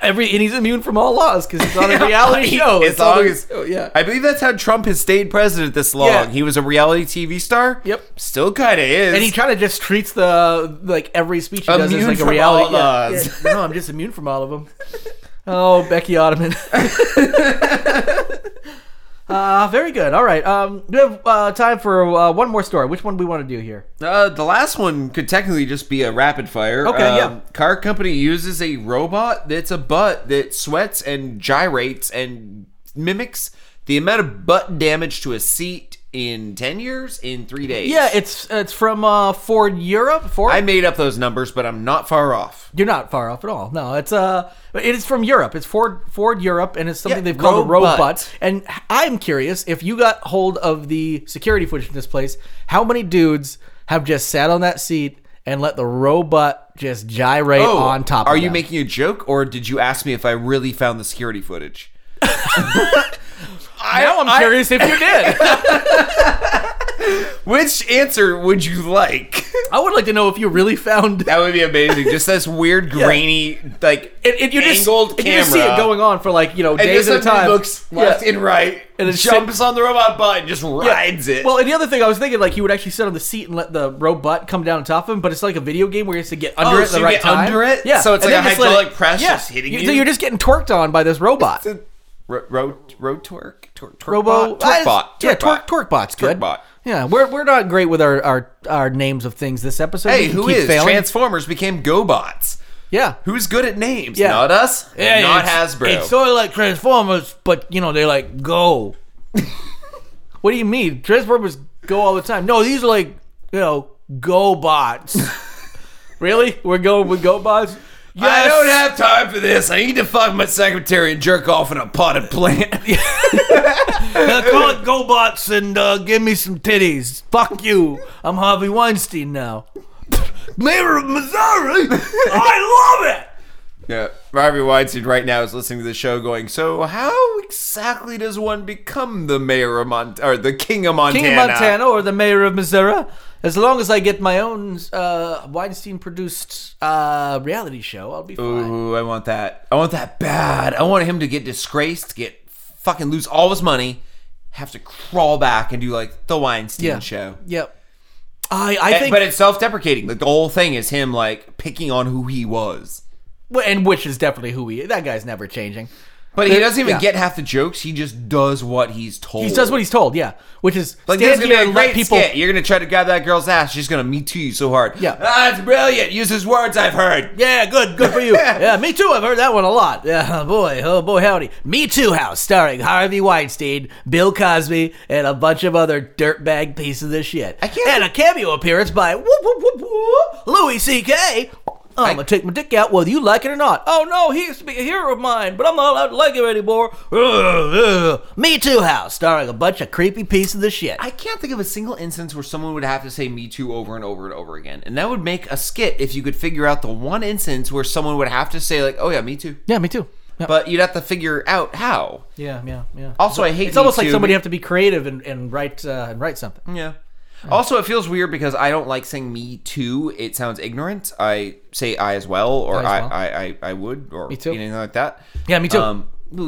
[SPEAKER 3] every and he's immune from all laws because (laughs) it's on a reality show.
[SPEAKER 2] As
[SPEAKER 3] It's on
[SPEAKER 2] long
[SPEAKER 3] a-
[SPEAKER 2] as-
[SPEAKER 3] oh, yeah.
[SPEAKER 2] I believe that's how Trump has stayed president this long.
[SPEAKER 3] Yeah.
[SPEAKER 2] He was a reality TV star.
[SPEAKER 3] Yep.
[SPEAKER 2] Still kind of is.
[SPEAKER 3] And he kind of just treats the like every speech he does as
[SPEAKER 2] Immune
[SPEAKER 3] like a
[SPEAKER 2] from
[SPEAKER 3] reality.
[SPEAKER 2] all
[SPEAKER 3] yeah,
[SPEAKER 2] odds.
[SPEAKER 3] yeah. No, I'm just immune from all of them. Oh, Becky Ottoman. (laughs) uh, very good. All right. Um, we have uh, time for uh, one more story. Which one do we want to do here?
[SPEAKER 2] uh, the last one could technically just be a rapid fire.
[SPEAKER 3] Okay,
[SPEAKER 2] Um,
[SPEAKER 3] yeah.
[SPEAKER 2] Car company uses a robot that's a butt that sweats and gyrates and mimics the amount of butt damage to a seat in ten years in three days.
[SPEAKER 3] Yeah, it's it's from uh, Ford Europe. Ford.
[SPEAKER 2] I made up those numbers, but I'm not far off.
[SPEAKER 3] You're not far off at all. No, it's uh, it is from Europe. It's Ford Ford Europe, and it's something
[SPEAKER 2] Yeah,
[SPEAKER 3] they've called a
[SPEAKER 2] robot.
[SPEAKER 3] robot. And I'm curious if you got hold of the security footage in this place, how many dudes have just sat on that seat and let the robot just gyrate on top?
[SPEAKER 2] Oh, Are
[SPEAKER 3] of
[SPEAKER 2] you
[SPEAKER 3] them?
[SPEAKER 2] making a joke, or did you ask me if I really found the security (laughs) footage? I,
[SPEAKER 3] Now I'm
[SPEAKER 2] I-
[SPEAKER 3] curious if
[SPEAKER 2] (laughs)
[SPEAKER 3] you did.
[SPEAKER 2] Which answer would you like?
[SPEAKER 3] I would like to know if you really
[SPEAKER 2] (laughs)
[SPEAKER 3] found
[SPEAKER 2] that would be amazing. Just this weird, grainy, like
[SPEAKER 3] and, and you just
[SPEAKER 2] angled
[SPEAKER 3] and you
[SPEAKER 2] camera.
[SPEAKER 3] just see it going on for like you know
[SPEAKER 2] And
[SPEAKER 3] days
[SPEAKER 2] this
[SPEAKER 3] at a
[SPEAKER 2] somebody
[SPEAKER 3] time.
[SPEAKER 2] looks
[SPEAKER 3] Yeah.
[SPEAKER 2] left and right,
[SPEAKER 3] And
[SPEAKER 2] and
[SPEAKER 3] it's
[SPEAKER 2] jumps on the robot butt and just rides it.
[SPEAKER 3] Well, and the other thing I was thinking, like he would actually sit on the seat and let the robot come down on top of him, but it's like a video game where he has to get under
[SPEAKER 2] Oh,
[SPEAKER 3] it at
[SPEAKER 2] so
[SPEAKER 3] the
[SPEAKER 2] you
[SPEAKER 3] right
[SPEAKER 2] get
[SPEAKER 3] time.
[SPEAKER 2] under it?
[SPEAKER 3] yeah.
[SPEAKER 2] So it's
[SPEAKER 3] and
[SPEAKER 2] like
[SPEAKER 3] then
[SPEAKER 2] a
[SPEAKER 3] just let it-
[SPEAKER 2] hydraulic press
[SPEAKER 3] yeah.
[SPEAKER 2] just hitting
[SPEAKER 3] So
[SPEAKER 2] you?
[SPEAKER 3] you're just getting torqued on by this robot.
[SPEAKER 2] Ro- road road twerk, twerk, twerk
[SPEAKER 3] Robo,
[SPEAKER 2] bot, twerk bot,
[SPEAKER 3] yeah,
[SPEAKER 2] twerk
[SPEAKER 3] torque
[SPEAKER 2] bot.
[SPEAKER 3] torque bot's good.
[SPEAKER 2] bot.
[SPEAKER 3] Yeah, we're, we're not great with our, our, our names of things this episode.
[SPEAKER 2] Hey,
[SPEAKER 3] We
[SPEAKER 2] who
[SPEAKER 3] keep
[SPEAKER 2] is
[SPEAKER 3] failing.
[SPEAKER 2] Transformers became GoBots?
[SPEAKER 3] yeah,
[SPEAKER 2] Who's good at names?
[SPEAKER 3] Yeah.
[SPEAKER 2] Not us.
[SPEAKER 3] Yeah,
[SPEAKER 2] not
[SPEAKER 3] it's-
[SPEAKER 2] Hasbro.
[SPEAKER 3] It's sort of like Transformers, but you know they like go.
[SPEAKER 2] (laughs)
[SPEAKER 3] what do you mean? Transformers go all the time. No, these are like you know go bots.
[SPEAKER 2] (laughs)
[SPEAKER 3] really? We're going with go bots?
[SPEAKER 2] I don't have time for this. I need to fuck my secretary and jerk off in a potted (laughs) plant.
[SPEAKER 3] Uh, call it go bots and uh, give me some titties. Fuck you. I'm Harvey Weinstein now. Mayor of Missouri. (laughs) I love it.
[SPEAKER 2] yeah, Harvey Weinstein right now is listening to the show, going, "So how exactly does one become the mayor of Mont or the king of Montana?"
[SPEAKER 3] King of Montana or the mayor of Missouri, as long as I get my own uh, Weinstein produced uh, reality show, I'll be fine.
[SPEAKER 2] Ooh, I want that. I want that bad. I want him to get disgraced, get fucking lose all his money, have to crawl back and do like the Weinstein
[SPEAKER 3] Yeah.
[SPEAKER 2] show.
[SPEAKER 3] Yep. I, I think,
[SPEAKER 2] but it's self-deprecating. Like the whole thing is him like picking on who he was.
[SPEAKER 3] Well, and which is definitely who he is. That guy's never changing.
[SPEAKER 2] But he doesn't even
[SPEAKER 3] yeah.
[SPEAKER 2] get half the jokes. He just does what he's told.
[SPEAKER 3] He does what he's told, yeah. Which is
[SPEAKER 2] Oh. like. This is
[SPEAKER 3] stand
[SPEAKER 2] gonna
[SPEAKER 3] here
[SPEAKER 2] be a
[SPEAKER 3] and let
[SPEAKER 2] great
[SPEAKER 3] people.
[SPEAKER 2] skit. You're gonna try to grab that girl's ass. She's gonna me too you so hard.
[SPEAKER 3] Yeah.
[SPEAKER 2] ah, it's brilliant. Use his words I've heard.
[SPEAKER 3] Yeah, good, good
[SPEAKER 2] (laughs)
[SPEAKER 3] for you. yeah, me too. I've heard that one a lot. Yeah, (laughs) oh boy, oh boy, howdy. Me Too House, starring Harvey Weinstein, Bill Cosby, and a bunch of other dirtbag pieces of shit.
[SPEAKER 2] I can't-
[SPEAKER 3] and a cameo appearance by whoop, whoop, whoop, whoop, Louis C.K. I'm gonna take my dick out whether you like it or not. Oh no, he used to be a hero of mine, but I'm not allowed to like him anymore. (sighs) Ugh, ugh. Me Too House, starring a bunch of creepy pieces of shit.
[SPEAKER 2] I can't think of a single instance where someone would have to say me too over and over and over again. And that would make a skit if you could figure out the one instance where someone would have to say like, "Oh yeah, me too,"
[SPEAKER 3] yeah, me too. Yeah,
[SPEAKER 2] but you'd have to figure out how.
[SPEAKER 3] yeah, yeah. yeah.
[SPEAKER 2] Also, I hate
[SPEAKER 3] it's almost
[SPEAKER 2] Me
[SPEAKER 3] like
[SPEAKER 2] Too.
[SPEAKER 3] somebody have to be creative and, and write uh, and write something.
[SPEAKER 2] Yeah. Also, it feels weird because I don't like saying me too. It sounds ignorant. I say I as well, or
[SPEAKER 3] I as
[SPEAKER 2] I,
[SPEAKER 3] well.
[SPEAKER 2] I, I, I would, or
[SPEAKER 3] too.
[SPEAKER 2] anything like that. Um,
[SPEAKER 3] Yeah, me too.
[SPEAKER 2] well,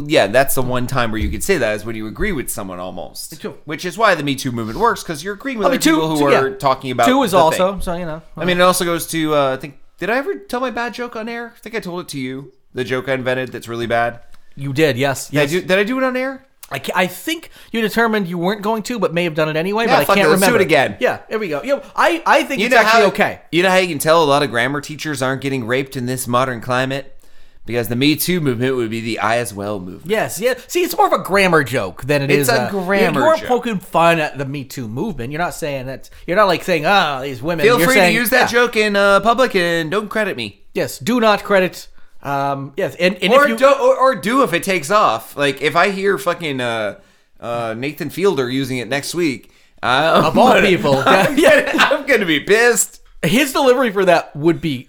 [SPEAKER 2] yeah, that's the one time where you could say that is when you agree with someone almost. Me
[SPEAKER 3] too. Oh,
[SPEAKER 2] Which is why the Me Too movement works because you're agreeing with
[SPEAKER 3] I mean,
[SPEAKER 2] other
[SPEAKER 3] two-
[SPEAKER 2] people who
[SPEAKER 3] two- yeah.
[SPEAKER 2] are talking about
[SPEAKER 3] two is
[SPEAKER 2] the
[SPEAKER 3] also
[SPEAKER 2] thing.
[SPEAKER 3] so you know.
[SPEAKER 2] I mean, it also goes to uh, I think. Did I ever tell my bad joke on air? I think I told it to you. The joke I invented that's really bad.
[SPEAKER 3] you did, yes,
[SPEAKER 2] Did,
[SPEAKER 3] yes.
[SPEAKER 2] I, do, did I do it on air?
[SPEAKER 3] I, ca- I think you determined you weren't going to, but may have done it anyway.
[SPEAKER 2] Yeah,
[SPEAKER 3] but I
[SPEAKER 2] fuck
[SPEAKER 3] can't
[SPEAKER 2] it, let's do
[SPEAKER 3] remember.
[SPEAKER 2] it again.
[SPEAKER 3] Yeah, there we go. Yo, I, I think it's
[SPEAKER 2] how
[SPEAKER 3] actually okay.
[SPEAKER 2] You know how you can tell a lot of grammar teachers aren't getting raped in this modern climate because the Me Too movement would be the I as well movement.
[SPEAKER 3] Yes, yeah. See, it's more of a grammar joke than it
[SPEAKER 2] It's
[SPEAKER 3] is
[SPEAKER 2] a grammar
[SPEAKER 3] You're, you're
[SPEAKER 2] joke.
[SPEAKER 3] poking fun at the Me Too movement. You're not saying that. You're not like saying, "Ah, these women."
[SPEAKER 2] Feel
[SPEAKER 3] You're
[SPEAKER 2] free
[SPEAKER 3] saying,
[SPEAKER 2] to use that
[SPEAKER 3] yeah,
[SPEAKER 2] joke in uh, public and don't credit me,
[SPEAKER 3] Yes, do not credit. Um, yes, and, and
[SPEAKER 2] or,
[SPEAKER 3] if you
[SPEAKER 2] don't, or or do if it takes off. Like if I hear fucking uh, uh, Nathan Fielder using it next week, I'm
[SPEAKER 3] of all
[SPEAKER 2] gonna-
[SPEAKER 3] people,
[SPEAKER 2] (laughs) I'm
[SPEAKER 3] yeah.
[SPEAKER 2] gonna, I'm gonna be pissed.
[SPEAKER 3] his delivery for that would be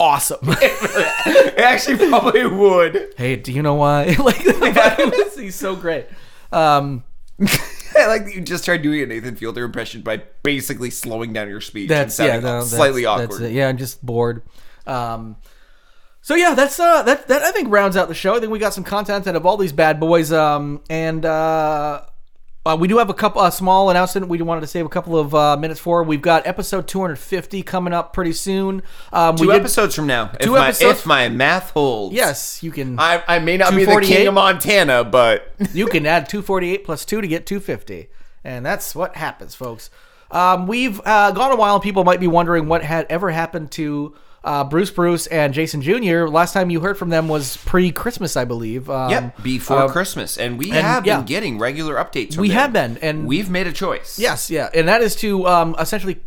[SPEAKER 3] awesome.
[SPEAKER 2] (laughs) It actually probably would. (laughs)
[SPEAKER 3] hey, do you know why? (laughs) like, he's so great. Um,
[SPEAKER 2] I like that you just tried doing a Nathan Fielder impression by basically slowing down your speech.
[SPEAKER 3] that's
[SPEAKER 2] and
[SPEAKER 3] yeah,
[SPEAKER 2] sounding
[SPEAKER 3] no, that's-
[SPEAKER 2] slightly awkward.
[SPEAKER 3] that's it. yeah, I'm just bored. Um, so yeah, that's uh, that that I think rounds out the show. I think we got some content out of all these bad boys. Um, and uh, uh, we do have a couple a small announcement. We wanted to save a couple of uh, minutes for. We've got episode 250 coming up pretty soon. Um,
[SPEAKER 2] Two
[SPEAKER 3] we did-
[SPEAKER 2] episodes from now.
[SPEAKER 3] two
[SPEAKER 2] if my,
[SPEAKER 3] episodes-
[SPEAKER 2] If my math holds.
[SPEAKER 3] yes, you can
[SPEAKER 2] I, I may not be the
[SPEAKER 3] 248?
[SPEAKER 2] king of Montana, but
[SPEAKER 3] you can add 248 plus 2 to get 250 and that's what happens folks um, we've uh, gone a while and people might be wondering what had ever happened to uh, bruce bruce and jason jr last time you heard from them was pre-christmas i believe um,
[SPEAKER 2] before
[SPEAKER 3] um,
[SPEAKER 2] Christmas, and we have
[SPEAKER 3] yeah.
[SPEAKER 2] been getting regular updates. From
[SPEAKER 3] We
[SPEAKER 2] them.
[SPEAKER 3] have been, and-
[SPEAKER 2] we've made a choice.
[SPEAKER 3] Yes, yeah, and that is to um, essentially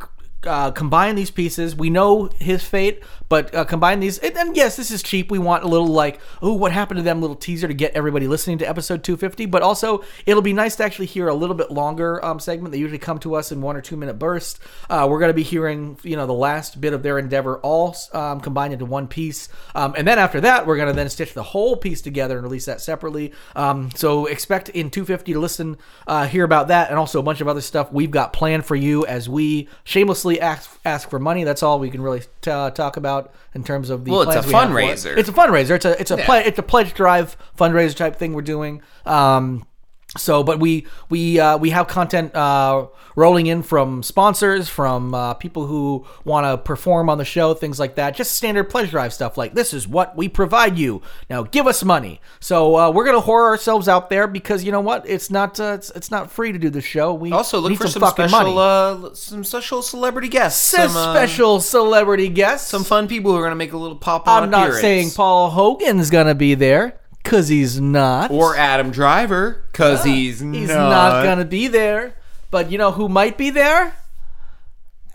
[SPEAKER 3] uh, combine these pieces. We know his fate, but uh, combine these. And, and yes, this is cheap. We want a little like, oh, what happened to them? Little teaser to get everybody listening to episode 250. But also, it'll be nice to actually hear a little bit longer um, segment. They usually come to us in one or two minute bursts. Uh, we're going to be hearing, you know, the last bit of their endeavor all um, combined into one piece, um, and then after that, we're going to then stitch the whole piece together and release that separately. Um, so expect in 250 to listen, uh, hear about that, and also a bunch of other stuff we've got planned for you as we shamelessly ask ask for money. That's all we can really t- uh, talk about in terms of the.
[SPEAKER 2] Well, it's
[SPEAKER 3] plans
[SPEAKER 2] a
[SPEAKER 3] we have for it.
[SPEAKER 2] fundraiser.
[SPEAKER 3] It's a fundraiser. It's a it's a ple- it's a pledge drive fundraiser type thing we're doing. Um, so, but we we uh, we have content uh, rolling in from sponsors, from uh, people who want to perform on the show, things like that. Just standard pledge drive stuff. Like this is what we provide you. Now give us money. So uh, we're gonna whore ourselves out there because you know what? It's not uh, it's, it's not free to do the show. We
[SPEAKER 2] Also, look
[SPEAKER 3] need
[SPEAKER 2] for some,
[SPEAKER 3] fucking
[SPEAKER 2] special,
[SPEAKER 3] money.
[SPEAKER 2] uh, some special celebrity guests.
[SPEAKER 3] Says
[SPEAKER 2] some, uh,
[SPEAKER 3] special celebrity guests.
[SPEAKER 2] some fun people who are going to make a little pop.
[SPEAKER 3] I'm not saying Paul Hogan's gonna be there because he's not.
[SPEAKER 2] or Adam Driver because he's
[SPEAKER 3] He's not gonna be there. But you know who might be there?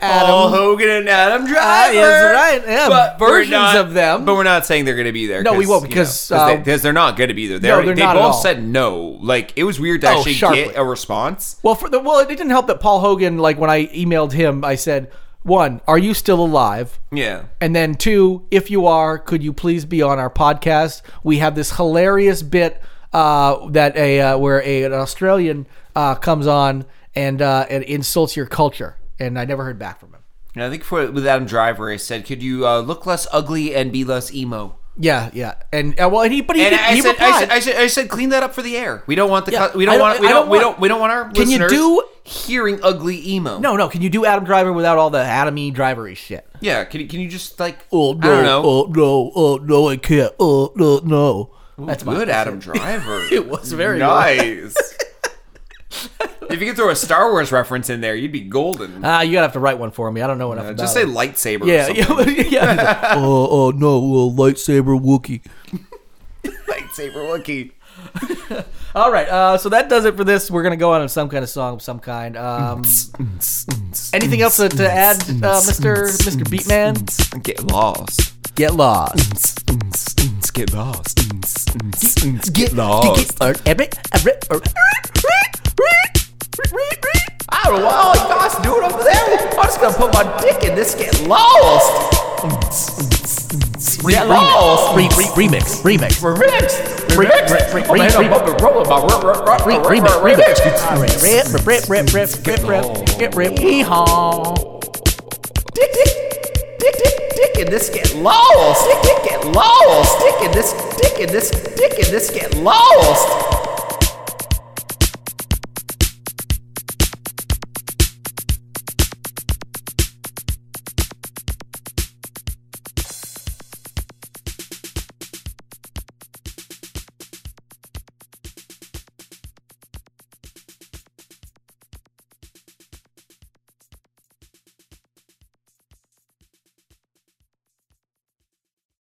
[SPEAKER 2] Paul Hogan and Adam Driver.
[SPEAKER 3] is Uh, right, yeah,
[SPEAKER 2] we're
[SPEAKER 3] versions
[SPEAKER 2] not-
[SPEAKER 3] of them.
[SPEAKER 2] But we're not saying they're going to be there.
[SPEAKER 3] No, we won't, because, uh,
[SPEAKER 2] they, are not going to be there. They,
[SPEAKER 3] no,
[SPEAKER 2] already-
[SPEAKER 3] they're
[SPEAKER 2] they
[SPEAKER 3] not at
[SPEAKER 2] both
[SPEAKER 3] all.
[SPEAKER 2] said no. Like it was weird to
[SPEAKER 3] Oh,
[SPEAKER 2] actually
[SPEAKER 3] sharply.
[SPEAKER 2] get a response.
[SPEAKER 3] Well, for the, well, it didn't help that Paul Hogan. Like when I emailed him, I said, "One, are you still alive?"
[SPEAKER 2] Yeah.
[SPEAKER 3] And then two, if you are, could you please be on our podcast? We have this hilarious bit uh, that a uh, where a, an Australian uh, comes on and uh, and insults your culture, and I never heard back from him.
[SPEAKER 2] And I think for with Adam Driver, I said, "Could you uh, look less ugly and be less emo?"
[SPEAKER 3] Yeah, yeah, and uh, well, and he but he,
[SPEAKER 2] And
[SPEAKER 3] did,
[SPEAKER 2] I,
[SPEAKER 3] he
[SPEAKER 2] said, I
[SPEAKER 3] replied.
[SPEAKER 2] said, I said, I said, clean that up for the air. We don't want the,
[SPEAKER 3] Yeah,
[SPEAKER 2] cu- we
[SPEAKER 3] I
[SPEAKER 2] don't
[SPEAKER 3] don't-
[SPEAKER 2] want, we
[SPEAKER 3] I
[SPEAKER 2] don't,
[SPEAKER 3] don't
[SPEAKER 2] we
[SPEAKER 3] want-
[SPEAKER 2] don't, we don't want our
[SPEAKER 3] Can you
[SPEAKER 2] listeners
[SPEAKER 3] do-
[SPEAKER 2] hearing ugly emo?
[SPEAKER 3] No, no. Can you do Adam Driver without all the Atomy Drivery shit?
[SPEAKER 2] Yeah. Can you, can you just like?
[SPEAKER 3] Oh
[SPEAKER 2] I
[SPEAKER 3] no!
[SPEAKER 2] don't know.
[SPEAKER 3] Oh no! Oh no! I can't! Oh no! No! That's
[SPEAKER 2] good Adam Driver.
[SPEAKER 3] (laughs) It was very good. (laughs)
[SPEAKER 2] nice. if you could throw a Star Wars reference in there, you'd be golden.
[SPEAKER 3] Ah, you gotta have to write one for me. I don't know enough about
[SPEAKER 2] just
[SPEAKER 3] it.
[SPEAKER 2] say lightsaber.
[SPEAKER 3] yeah, (laughs)
[SPEAKER 2] or something.
[SPEAKER 3] yeah, yeah. (laughs) oh, oh no! Oh, lightsaber Wookie.
[SPEAKER 2] lightsaber Wookie.
[SPEAKER 3] All right, uh, so that does it for this. We're gonna go on to some kind of song of some kind. (laughs) Um, anything else to, to add, uh, Mister Mister Beatman?
[SPEAKER 2] Get lost.
[SPEAKER 3] Get lost.
[SPEAKER 2] Get lost. Get lost. I don't know what all you guys doing over there. I'm just gonna put my dick in this. Get lost. Get lost.
[SPEAKER 3] Remix. Remix.
[SPEAKER 2] Remix. Remix.
[SPEAKER 3] Remix.
[SPEAKER 2] Oh, man, I'm up and rolling my
[SPEAKER 3] Re-
[SPEAKER 2] remix.
[SPEAKER 3] remix, remix.
[SPEAKER 2] Remix.
[SPEAKER 3] Rip, rip, rip, rip, rip, rip, rip, rip, rip, hee-haw.
[SPEAKER 2] Dick, dick, dick, dick, dick in this get lost. Dick, dick, get lost. Dick in this, dick in this, dick in this get lost.